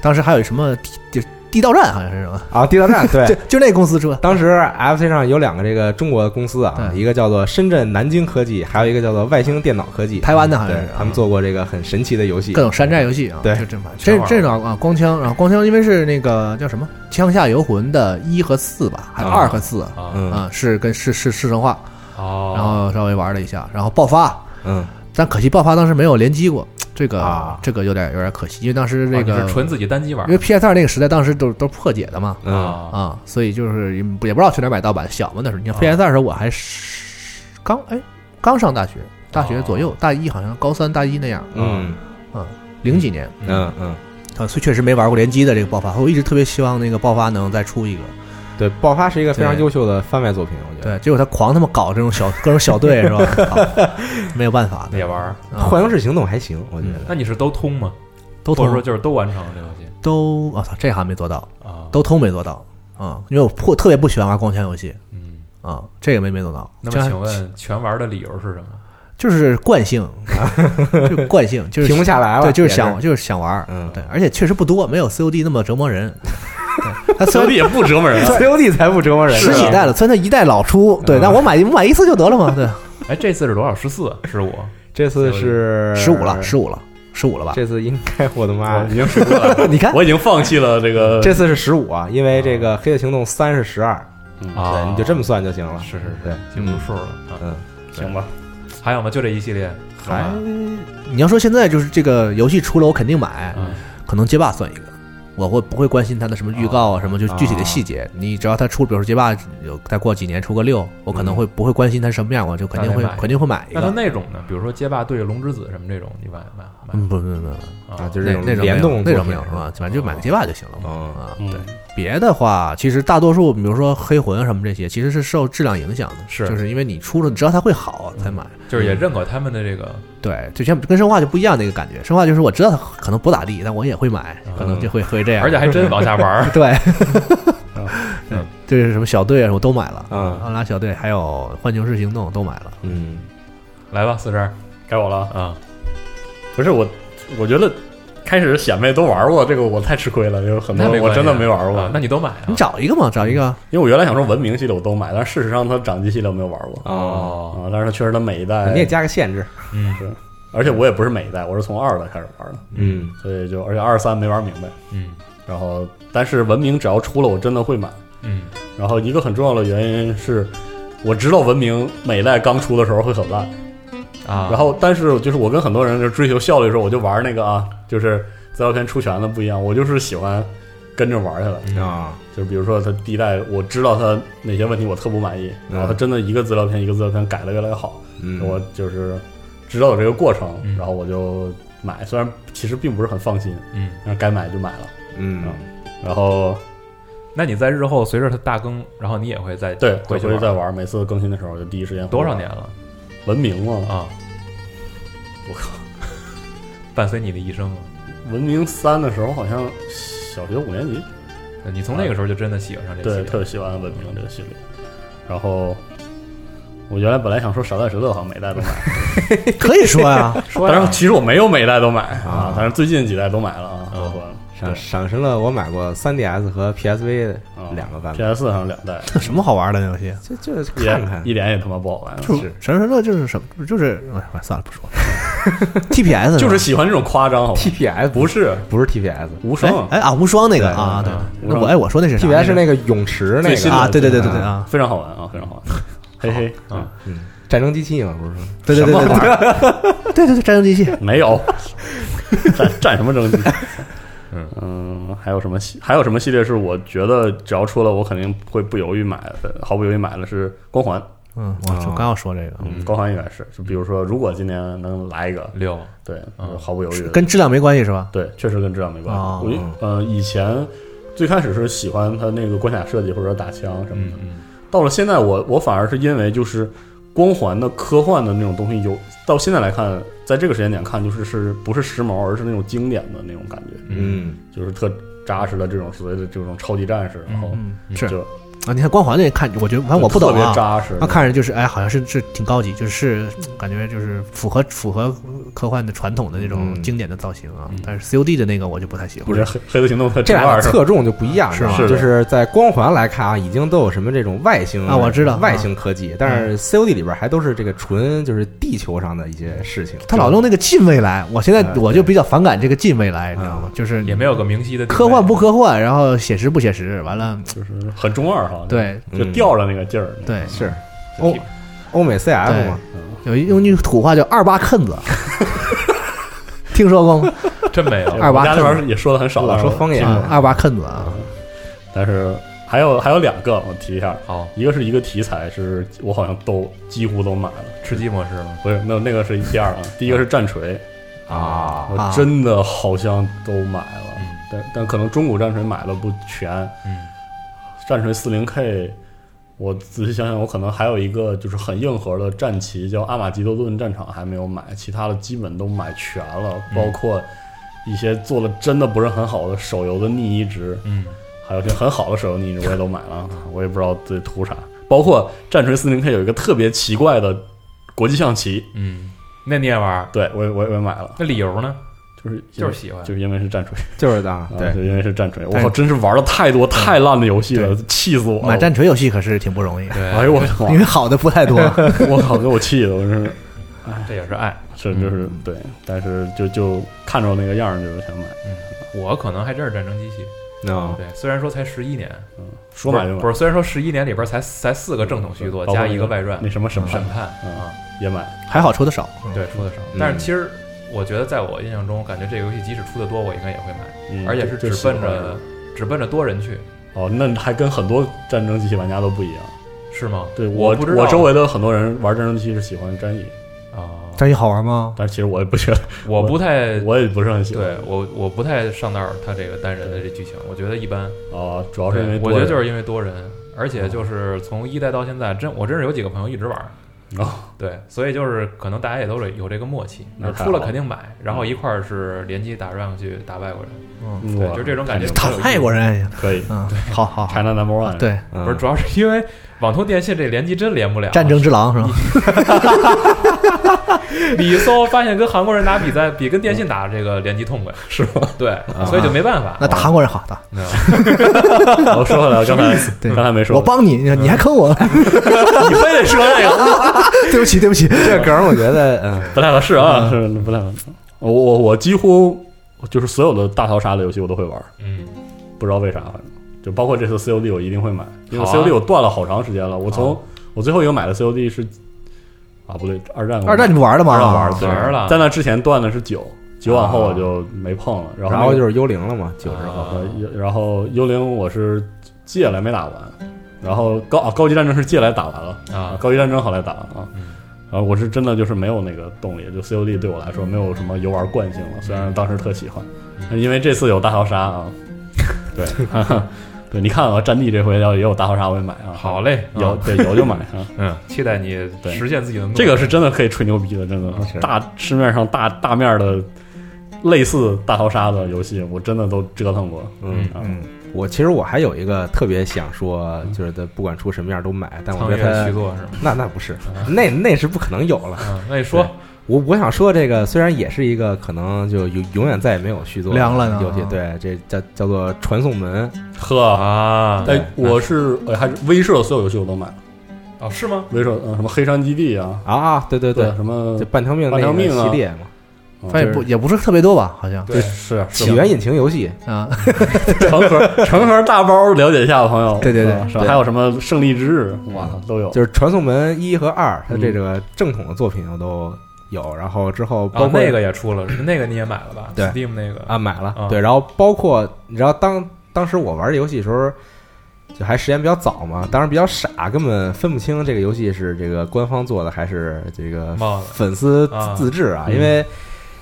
当时还有什么地地地道战好像是什么，
啊，地道战
就
对。
就那公司出的，
当时 FC 上有两个这个中国公司啊，
对
一个叫做深圳南京科技，还有一个叫做外星电脑科技，
台湾的好像
对
是，啊
他们做过这个很神奇的游戏
各。种山寨游戏啊，
对
就这么
全
这
玩
这种啊，光枪，然后光枪因为是那个叫什么《枪下游魂》的一和四吧，还有
啊
二和四
啊，
嗯
啊，是跟是是是生化，
哦，
然后稍微玩了一下，然后爆发，
嗯，
但可惜爆发当时没有联机过，这个、
啊
这个有点有点可惜，因为当时
哦
这
你
个、
是纯自己单机玩
因为 PS 二那个时代当时都都是破解的嘛，
嗯，
啊
啊，所以就是也不也不知道去哪儿买盗版，小嘛那时候，你
啊
看 PS 二时候我还是刚哎刚上大学，大学左右，大一好像高三大一那样，啊
嗯
零几年
嗯嗯
啊，所以确实没玩过联机的这个爆发，我一直特别希望那个爆发能再出一个，
对，爆发是一个非常
对
优秀的番外作品，我觉得。
对，结果他狂他妈搞这种小各种小队是吧？ 好没有办法的，
嗯也玩儿。
啊嗯
幻影式行动还行，我觉得。
那你是都通吗？
都
或者说
通
就是都完成了这游戏
都，哦我操，这还没做到，
啊？
都通没做到啊，因为我破特别不喜欢玩光枪游戏
嗯。
啊，这个没没做到。
那
这
么
样
请问全玩的理由是什么？
就是惯性，啊 就是惯性，就是
停不下来了，
对，就是
也
想就是想玩儿，
嗯
对，而且确实不多，没有 COD 那么折磨 人。对，它虽
所
然
以也不折磨人了。
COD 才不折磨人啊呢，
十几代了，虽然它一代老出，
嗯
对，但我买我买一次就得了嘛，对，
哎，这次是多少？十四、十五？
这次是
十五了，十五了，十五了吧？
这次应该我 的妈
啊我，已经睡过了，
你看，
我已经放弃了这个。
这次是十五啊，因为这个《黑色行动三》是十二，
嗯
啊
哦
对，你就这么算就行了。
是是是
对，
记不住数了。啊
嗯，
行吧，
嗯还有吗？就这一系列？
还
你要说现在就是这个游戏出了，我肯定买，
嗯
可能街霸算一个。我会不会关心它的什么预告啊，什
哦
么就具体的细节？你只要它出，比如说街霸有再过几年出个六，我可能会不会关心它什么样，我就肯定
嗯那
会
得买
肯定会买一
那它
个。
那种呢？比如说街霸对龙之子什么这种，你买买买
嗯，不不不不，
啊
啊，就是
那
这
那种
联动
没有那
作
种
品
没有
哦
啊，反正就买个街霸就行了嘛。
嗯
啊，
嗯
对，别的话，其实大多数，比如说黑魂啊什么这些，其实是受质量影响的，
是嗯
就是因为你出了，你知道它会好才买。
就是也认可他们的这个
对，就像跟生化就不一样的一个感觉，生化就是我知道它可能不咋地，但我也会买，可能就会会这样，。
而且还真往下玩儿
对
嗯，
对，就是什么小队啊我都买了，
嗯
奥拉小队还有浣熊市行动都买了，
嗯，
来吧，四十二
该我了。
啊，
不是我，我觉得开始显妹都玩过这个，我太吃亏了，有很多
那没
我
关系
真的没玩
啊
过。
那你都买啊
你找一个嘛，找一个，
因为我原来想说文明系列我都买，但事实上它掌机系列我没有玩过
哦，
哦，
啊。但是它确实它每一代
你，也加个限制，
嗯
而且我也不是每一代，我是从二代开始玩的，
嗯
所以就而且二三没玩明白。
嗯
然后，但是文明只要出了，我真的会买。
嗯，
然后一个很重要的原因是，我知道文明每代刚出的时候会很烂，
啊，
然后，但是就是我跟很多人就追求效率的时候，我就玩那个啊，就是资料片出全的不一样，我就是喜欢跟着玩下来。
嗯
啊，
就是比如说它第一代，我知道它哪些问题我特不满意，
嗯
然后它真的一个资料片一个资料片改的越来越好，
嗯，
我就是知道有这个过程
嗯，
然后我就买，虽然其实并不是很放心，
嗯，
但是该买就买了。
嗯
然后
那你在日后随着它大更，然后你也会再
对，
回
回
去
去再
玩
玩，每次更新的时候就第一时间回
多少
玩
年了
文明嘛，
啊？
我
靠，伴随你的一生啊！
文明三的时候好像小学五年级，
你从那个时候就真的喜欢上这个系
对，
列，
特别喜欢文明这个系列。然后我原来本来想说傻蛋石头好像每代都买，
可以说呀，
说
当
呀
然其实我没有每代都买
啊
啊，但是最近几代都买了啊，
嗯
包括
赏赏识了我买过 3DS 和 PSV 的
啊
两个版本，
PS 上两代，
什么好玩的那游戏？
就就
也
看看
一点也他妈不好玩，
就是《神神乐》就是什么，就是哎算了不说了，TPS 吧
就是喜欢这种夸张，好吧？
TPS
不是
不是 TPS。
无
哎
双，
哎啊无双那个
对
啊，对
嗯，
无
那我
双
哎我说那是啥
TPS 是那个泳池那
最新
个
的
啊
啊对对对
对对
啊
非常好玩啊，非常好玩，嘿嘿，
啊
嗯战争机器嘛，不是说
对对对对对对对对，战争机器，
嗯没有，占占什么争议？
嗯
嗯，还有什么系？还有什么系列是我觉得只要出了，我肯定会不犹豫买的，毫不犹豫买的是光环。
嗯，我说
啊
刚要说这个，
嗯，光环应该是，就比如说，如果今年能来一个，
六
对，
嗯
毫不犹豫的，
跟质量没关系是吧？
对，确实跟质量没关系。
哦
我一呃，以前最开始是喜欢它那个关卡设计或者打枪什么
嗯
的，
嗯
到了现在我我反而是因为就是光环的科幻的那种东西有，到现在来看，在这个时间点看，就是是不是时髦，而是那种经典的那种感觉。
嗯，
就是特扎实的这种所谓的这种超级战士，然后
嗯，是
就
啊，你看光环那看，我觉得反正我不懂
特别
啊，
扎实。
他看着就是哎，好像是是挺高级，就是嗯感觉就是符合符合科幻的传统的那种
嗯
经典的造型啊
嗯。
但是 COD 的那个我就不太喜
不
欢
是，黑黑色行动和
这
正
俩
二
的侧重就不一样，
是
知道吗
是的
就是在光环来看啊，已经都有什么这种外星
啊我知道
外星科技，但是 COD 里边还都是这个纯就是地球上的一些事情。
他老弄那个近未来，我现在
哎
我就比较反感这个近未来，你知道吗
啊？
就是
也没有个明晰的定位
科幻不科幻，然后写实不写实，完
嗯
了
就是很中二哈，，
对
就
嗯
吊着那个劲儿。
对，
是欧欧美 CF 嘛，
有一用句土话叫二八坑子， 听说过吗？
真没有
对，
二八
我家里
特
边也说的很少，
老
但是
说
我
方言
听过
啊二八坑子啊，
但是还有还有两个，我提一下，
好
一个是一个题材，是我好像都几乎都买了，
吃鸡模式吗？
不是，没有那个是第二啊，第一个是战锤，
啊，
我
啊
真的好像都买了
嗯，
但但可能中古战锤买了不全，
嗯
战锤四零 K，我仔细想想，我可能还有一个就是很硬核的战旗叫阿玛吉多顿战场还没有买，其他的基本都买全了，
嗯
包括一些做的真的不是很好的手游的逆移植，
嗯，
还有这很好的手游逆移植我也都买了，啊我也不知道自己图啥。包括战锤四零 K 有一个特别奇怪的国际象棋，
嗯，那你也玩儿？
对我也我也我也买了，
那理由呢？
就是因
就
为
是喜欢。
就是因为是战锤。
就是的啊，
啊
对，
就因为是战锤，我
但
靠，真是玩了太多太烂的游戏了，气死我了！
买战锤游戏可是挺不容易，
对，
哎呦我靠，
因为好的不太多。
我靠，给我气的，我真 是
这也是爱。
是就是
嗯
对，但是就就看着那个样儿就是想买，
我可能还真是战争机器。
嗯，
对，虽然说才十一年，
说买就
不
买，
是，虽然说十一年里边才才四个正统续作
包括
加
那
一个外传
那什么审
审
判
判
嗯
啊，
也买，
还好出的少，
对，出的少。
嗯
但是其实我觉得，在我印象中，感觉这个游戏即使出的多，我应该也会买，
嗯
而且是
就
只
喜欢
奔着只奔着多人去，
哦，那还跟很多战争机器玩家都不一样。
是吗？
对
我不知道
我周围的很多人玩战争机器是喜欢战役，
啊，
战役好玩吗？
但是其实我也不觉得，
我不太
我也不是很喜欢。
哎对我我不太上道儿他这个单人的这剧情，我觉得一般。
啊，主要是因为
对，我觉得就是是因为多人，而且就是从一代到现在，真我真是有几个朋友一直玩儿。
啊，
对，所以就是可能大家也都是有这个默契，
那太好
出了肯定买，然后一块儿是联机打 rank 去打外国人，对，
我
就这种感觉比较
打
有意思。
外国人，哎呀，
可以
嗯，好好好，
，China number one，
对，
嗯
不是，主要是因为网通电信这联机真连不了。
战争之狼是吧？
你一搜发现跟韩国人打比赛比跟电信打这个联机痛快，是吗？对，所以就没办法嗯
那。打韩国人好打，
你知道吗
我说回来，刚才
对
刚才没说，
我帮你，你还坑我，
你非得说这 个，
对不起，对不起，
这梗儿我觉得，嗯，
不太合适 啊，是不太合适。我我我几乎就是所有的大逃杀的游戏我都会玩，
嗯，
不知道为啥，反正就包括这次 COD 我一定会买，因为
好啊啊
COD 我断了好长时间了。我从我最后一个买的 COD 是啊不对，二战我
二战你们玩了吗？
二战玩
玩儿了
在那之前断的是九，九往后我就没碰了。然
然
后
后
那个
就是幽灵了嘛，九之后，
啊
呃，幽然后幽灵我是借来没打完，然后高啊高级战争是借来打完了。
啊，
高级战争后来打啊
嗯，
然后我是真的就是没有那个动力，就 COD 对我来说没有什么游玩惯性了。虽然当时特喜欢，但因为这次有大逃杀 啊，对，对，你看啊，战地这回要也有大逃杀，我也买啊，
好嘞，嗯
有对有就买 啊，
嗯，期待你
对
实现自己的梦
这个是真的可以吹牛逼的，真的
是
大市面上大大面的类似大逃杀的游戏，我真的都折腾过。
嗯
啊
嗯，我其实我还有一个特别想说，就是它不管出什么样都买，但我
苍
觉
月
得它
续作是吗？
那那不是
啊，
那那是不可能有了。
嗯，那你说
对我我想说这个，虽然也是一个可能就永永远再也没有续作
凉了啊呢
游戏，对，这叫叫做传送门，
呵，
啊，
哎，我是哎还是威社所有游戏我都买了，
哦，是吗？
威社嗯什么黑山基地啊，
啊啊，对对对，
什么
就半条命
半条
那
命
个
啊
系列嘛，
反正也不也不是特别多吧，好像
对，
是
起源引擎游戏，
啊，
成盒成盒大包，了解一下吧朋友。
对对对
是吧
对
还有什么胜利之日，哇，都
哦
有。
就是传送门一和二，它这
嗯
个正统的作品我都有，然后之后包
啊，
括
那个也出了，那个你也买了吧
对
？Steam 那个
啊，买了
啊，
对，然后包括你知道当当时我玩这游戏的时候，就还时间比较早嘛，当时比较傻，根本分不清这个游戏是这个官方做的还是这个
帽子
粉丝
啊
自制啊，
嗯
因为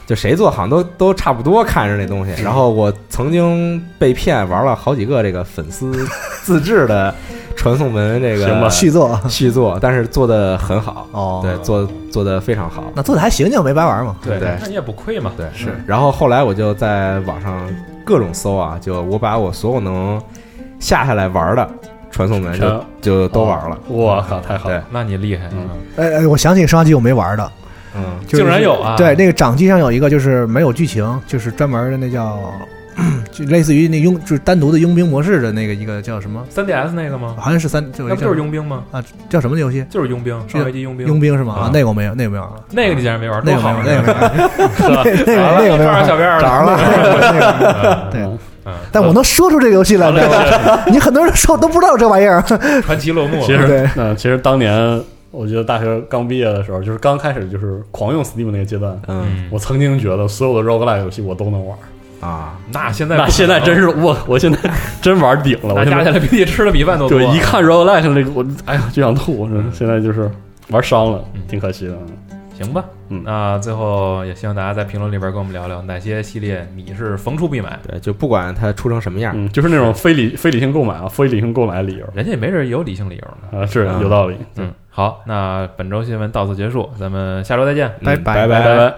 就谁做好像都都差不多，看着那东
嗯
西。然后我曾经被骗玩了好几个这个粉丝自制的传送门这
行 吧
个
续作
续作，但是做的很好，
哦，
对，做做的非常好。
那做的还行，就没白玩嘛。
对
对
那你也不亏嘛。
对，是。然后后来我就在网上各种搜啊，就我把我所有能下下来玩的传送哦门就
全
就都玩了。
我靠，太好了！
那你厉害，
嗯
哎哎，我想起上一集我没玩的，
嗯，
就是
竟然有啊
对，那个掌机上有一个就是没有剧情，就是专门的那叫， 就类似于那佣就是单独的佣兵模式的那个一个叫什么，
3DS 那个吗？
好像是三，就
那不
叫
就是佣兵吗？
啊叫什么的游戏？
就是佣兵，上一季佣兵，
佣兵是吗？
啊
啊，那个我没有，那个没有玩，
那个你竟然没玩，
那
多
个
好
没有，
啊！
那个没玩，
吧
那个那个没
找
玩，
着小辫儿了
找着了，那个没玩 对。
嗯，
但我能说出这个游戏来，你知道吗？你很多人说我都不知道这玩意儿，
传奇落幕
其
了，
实
对，
嗯，其实当年我觉得大学刚毕业的时候，就是刚开始就是狂用 Steam 那个阶段，
嗯
我曾经觉得所有的 roguelike 游戏我都能玩。
啊，
那现在
那
不
现在
可能
真是我，我现在真玩顶了。
那
我现
加起
在
来比你吃的米饭都多。啊
对一看 roguelike 那个，我哎呀就想吐。我真是现在就是玩伤了
嗯，
挺可惜的。嗯
行吧，
嗯
那最后也希望大家在评论里边跟我们聊聊哪些系列你是逢出必买，
对，就不管它出成什么样，
嗯，就是那种非理非理性购买啊，非理性购买的理由
人家也没准有理性理由呢。
啊，是
啊
有道理。
嗯，好，那本周新闻到此结束，咱们下周再见。
嗯
拜拜。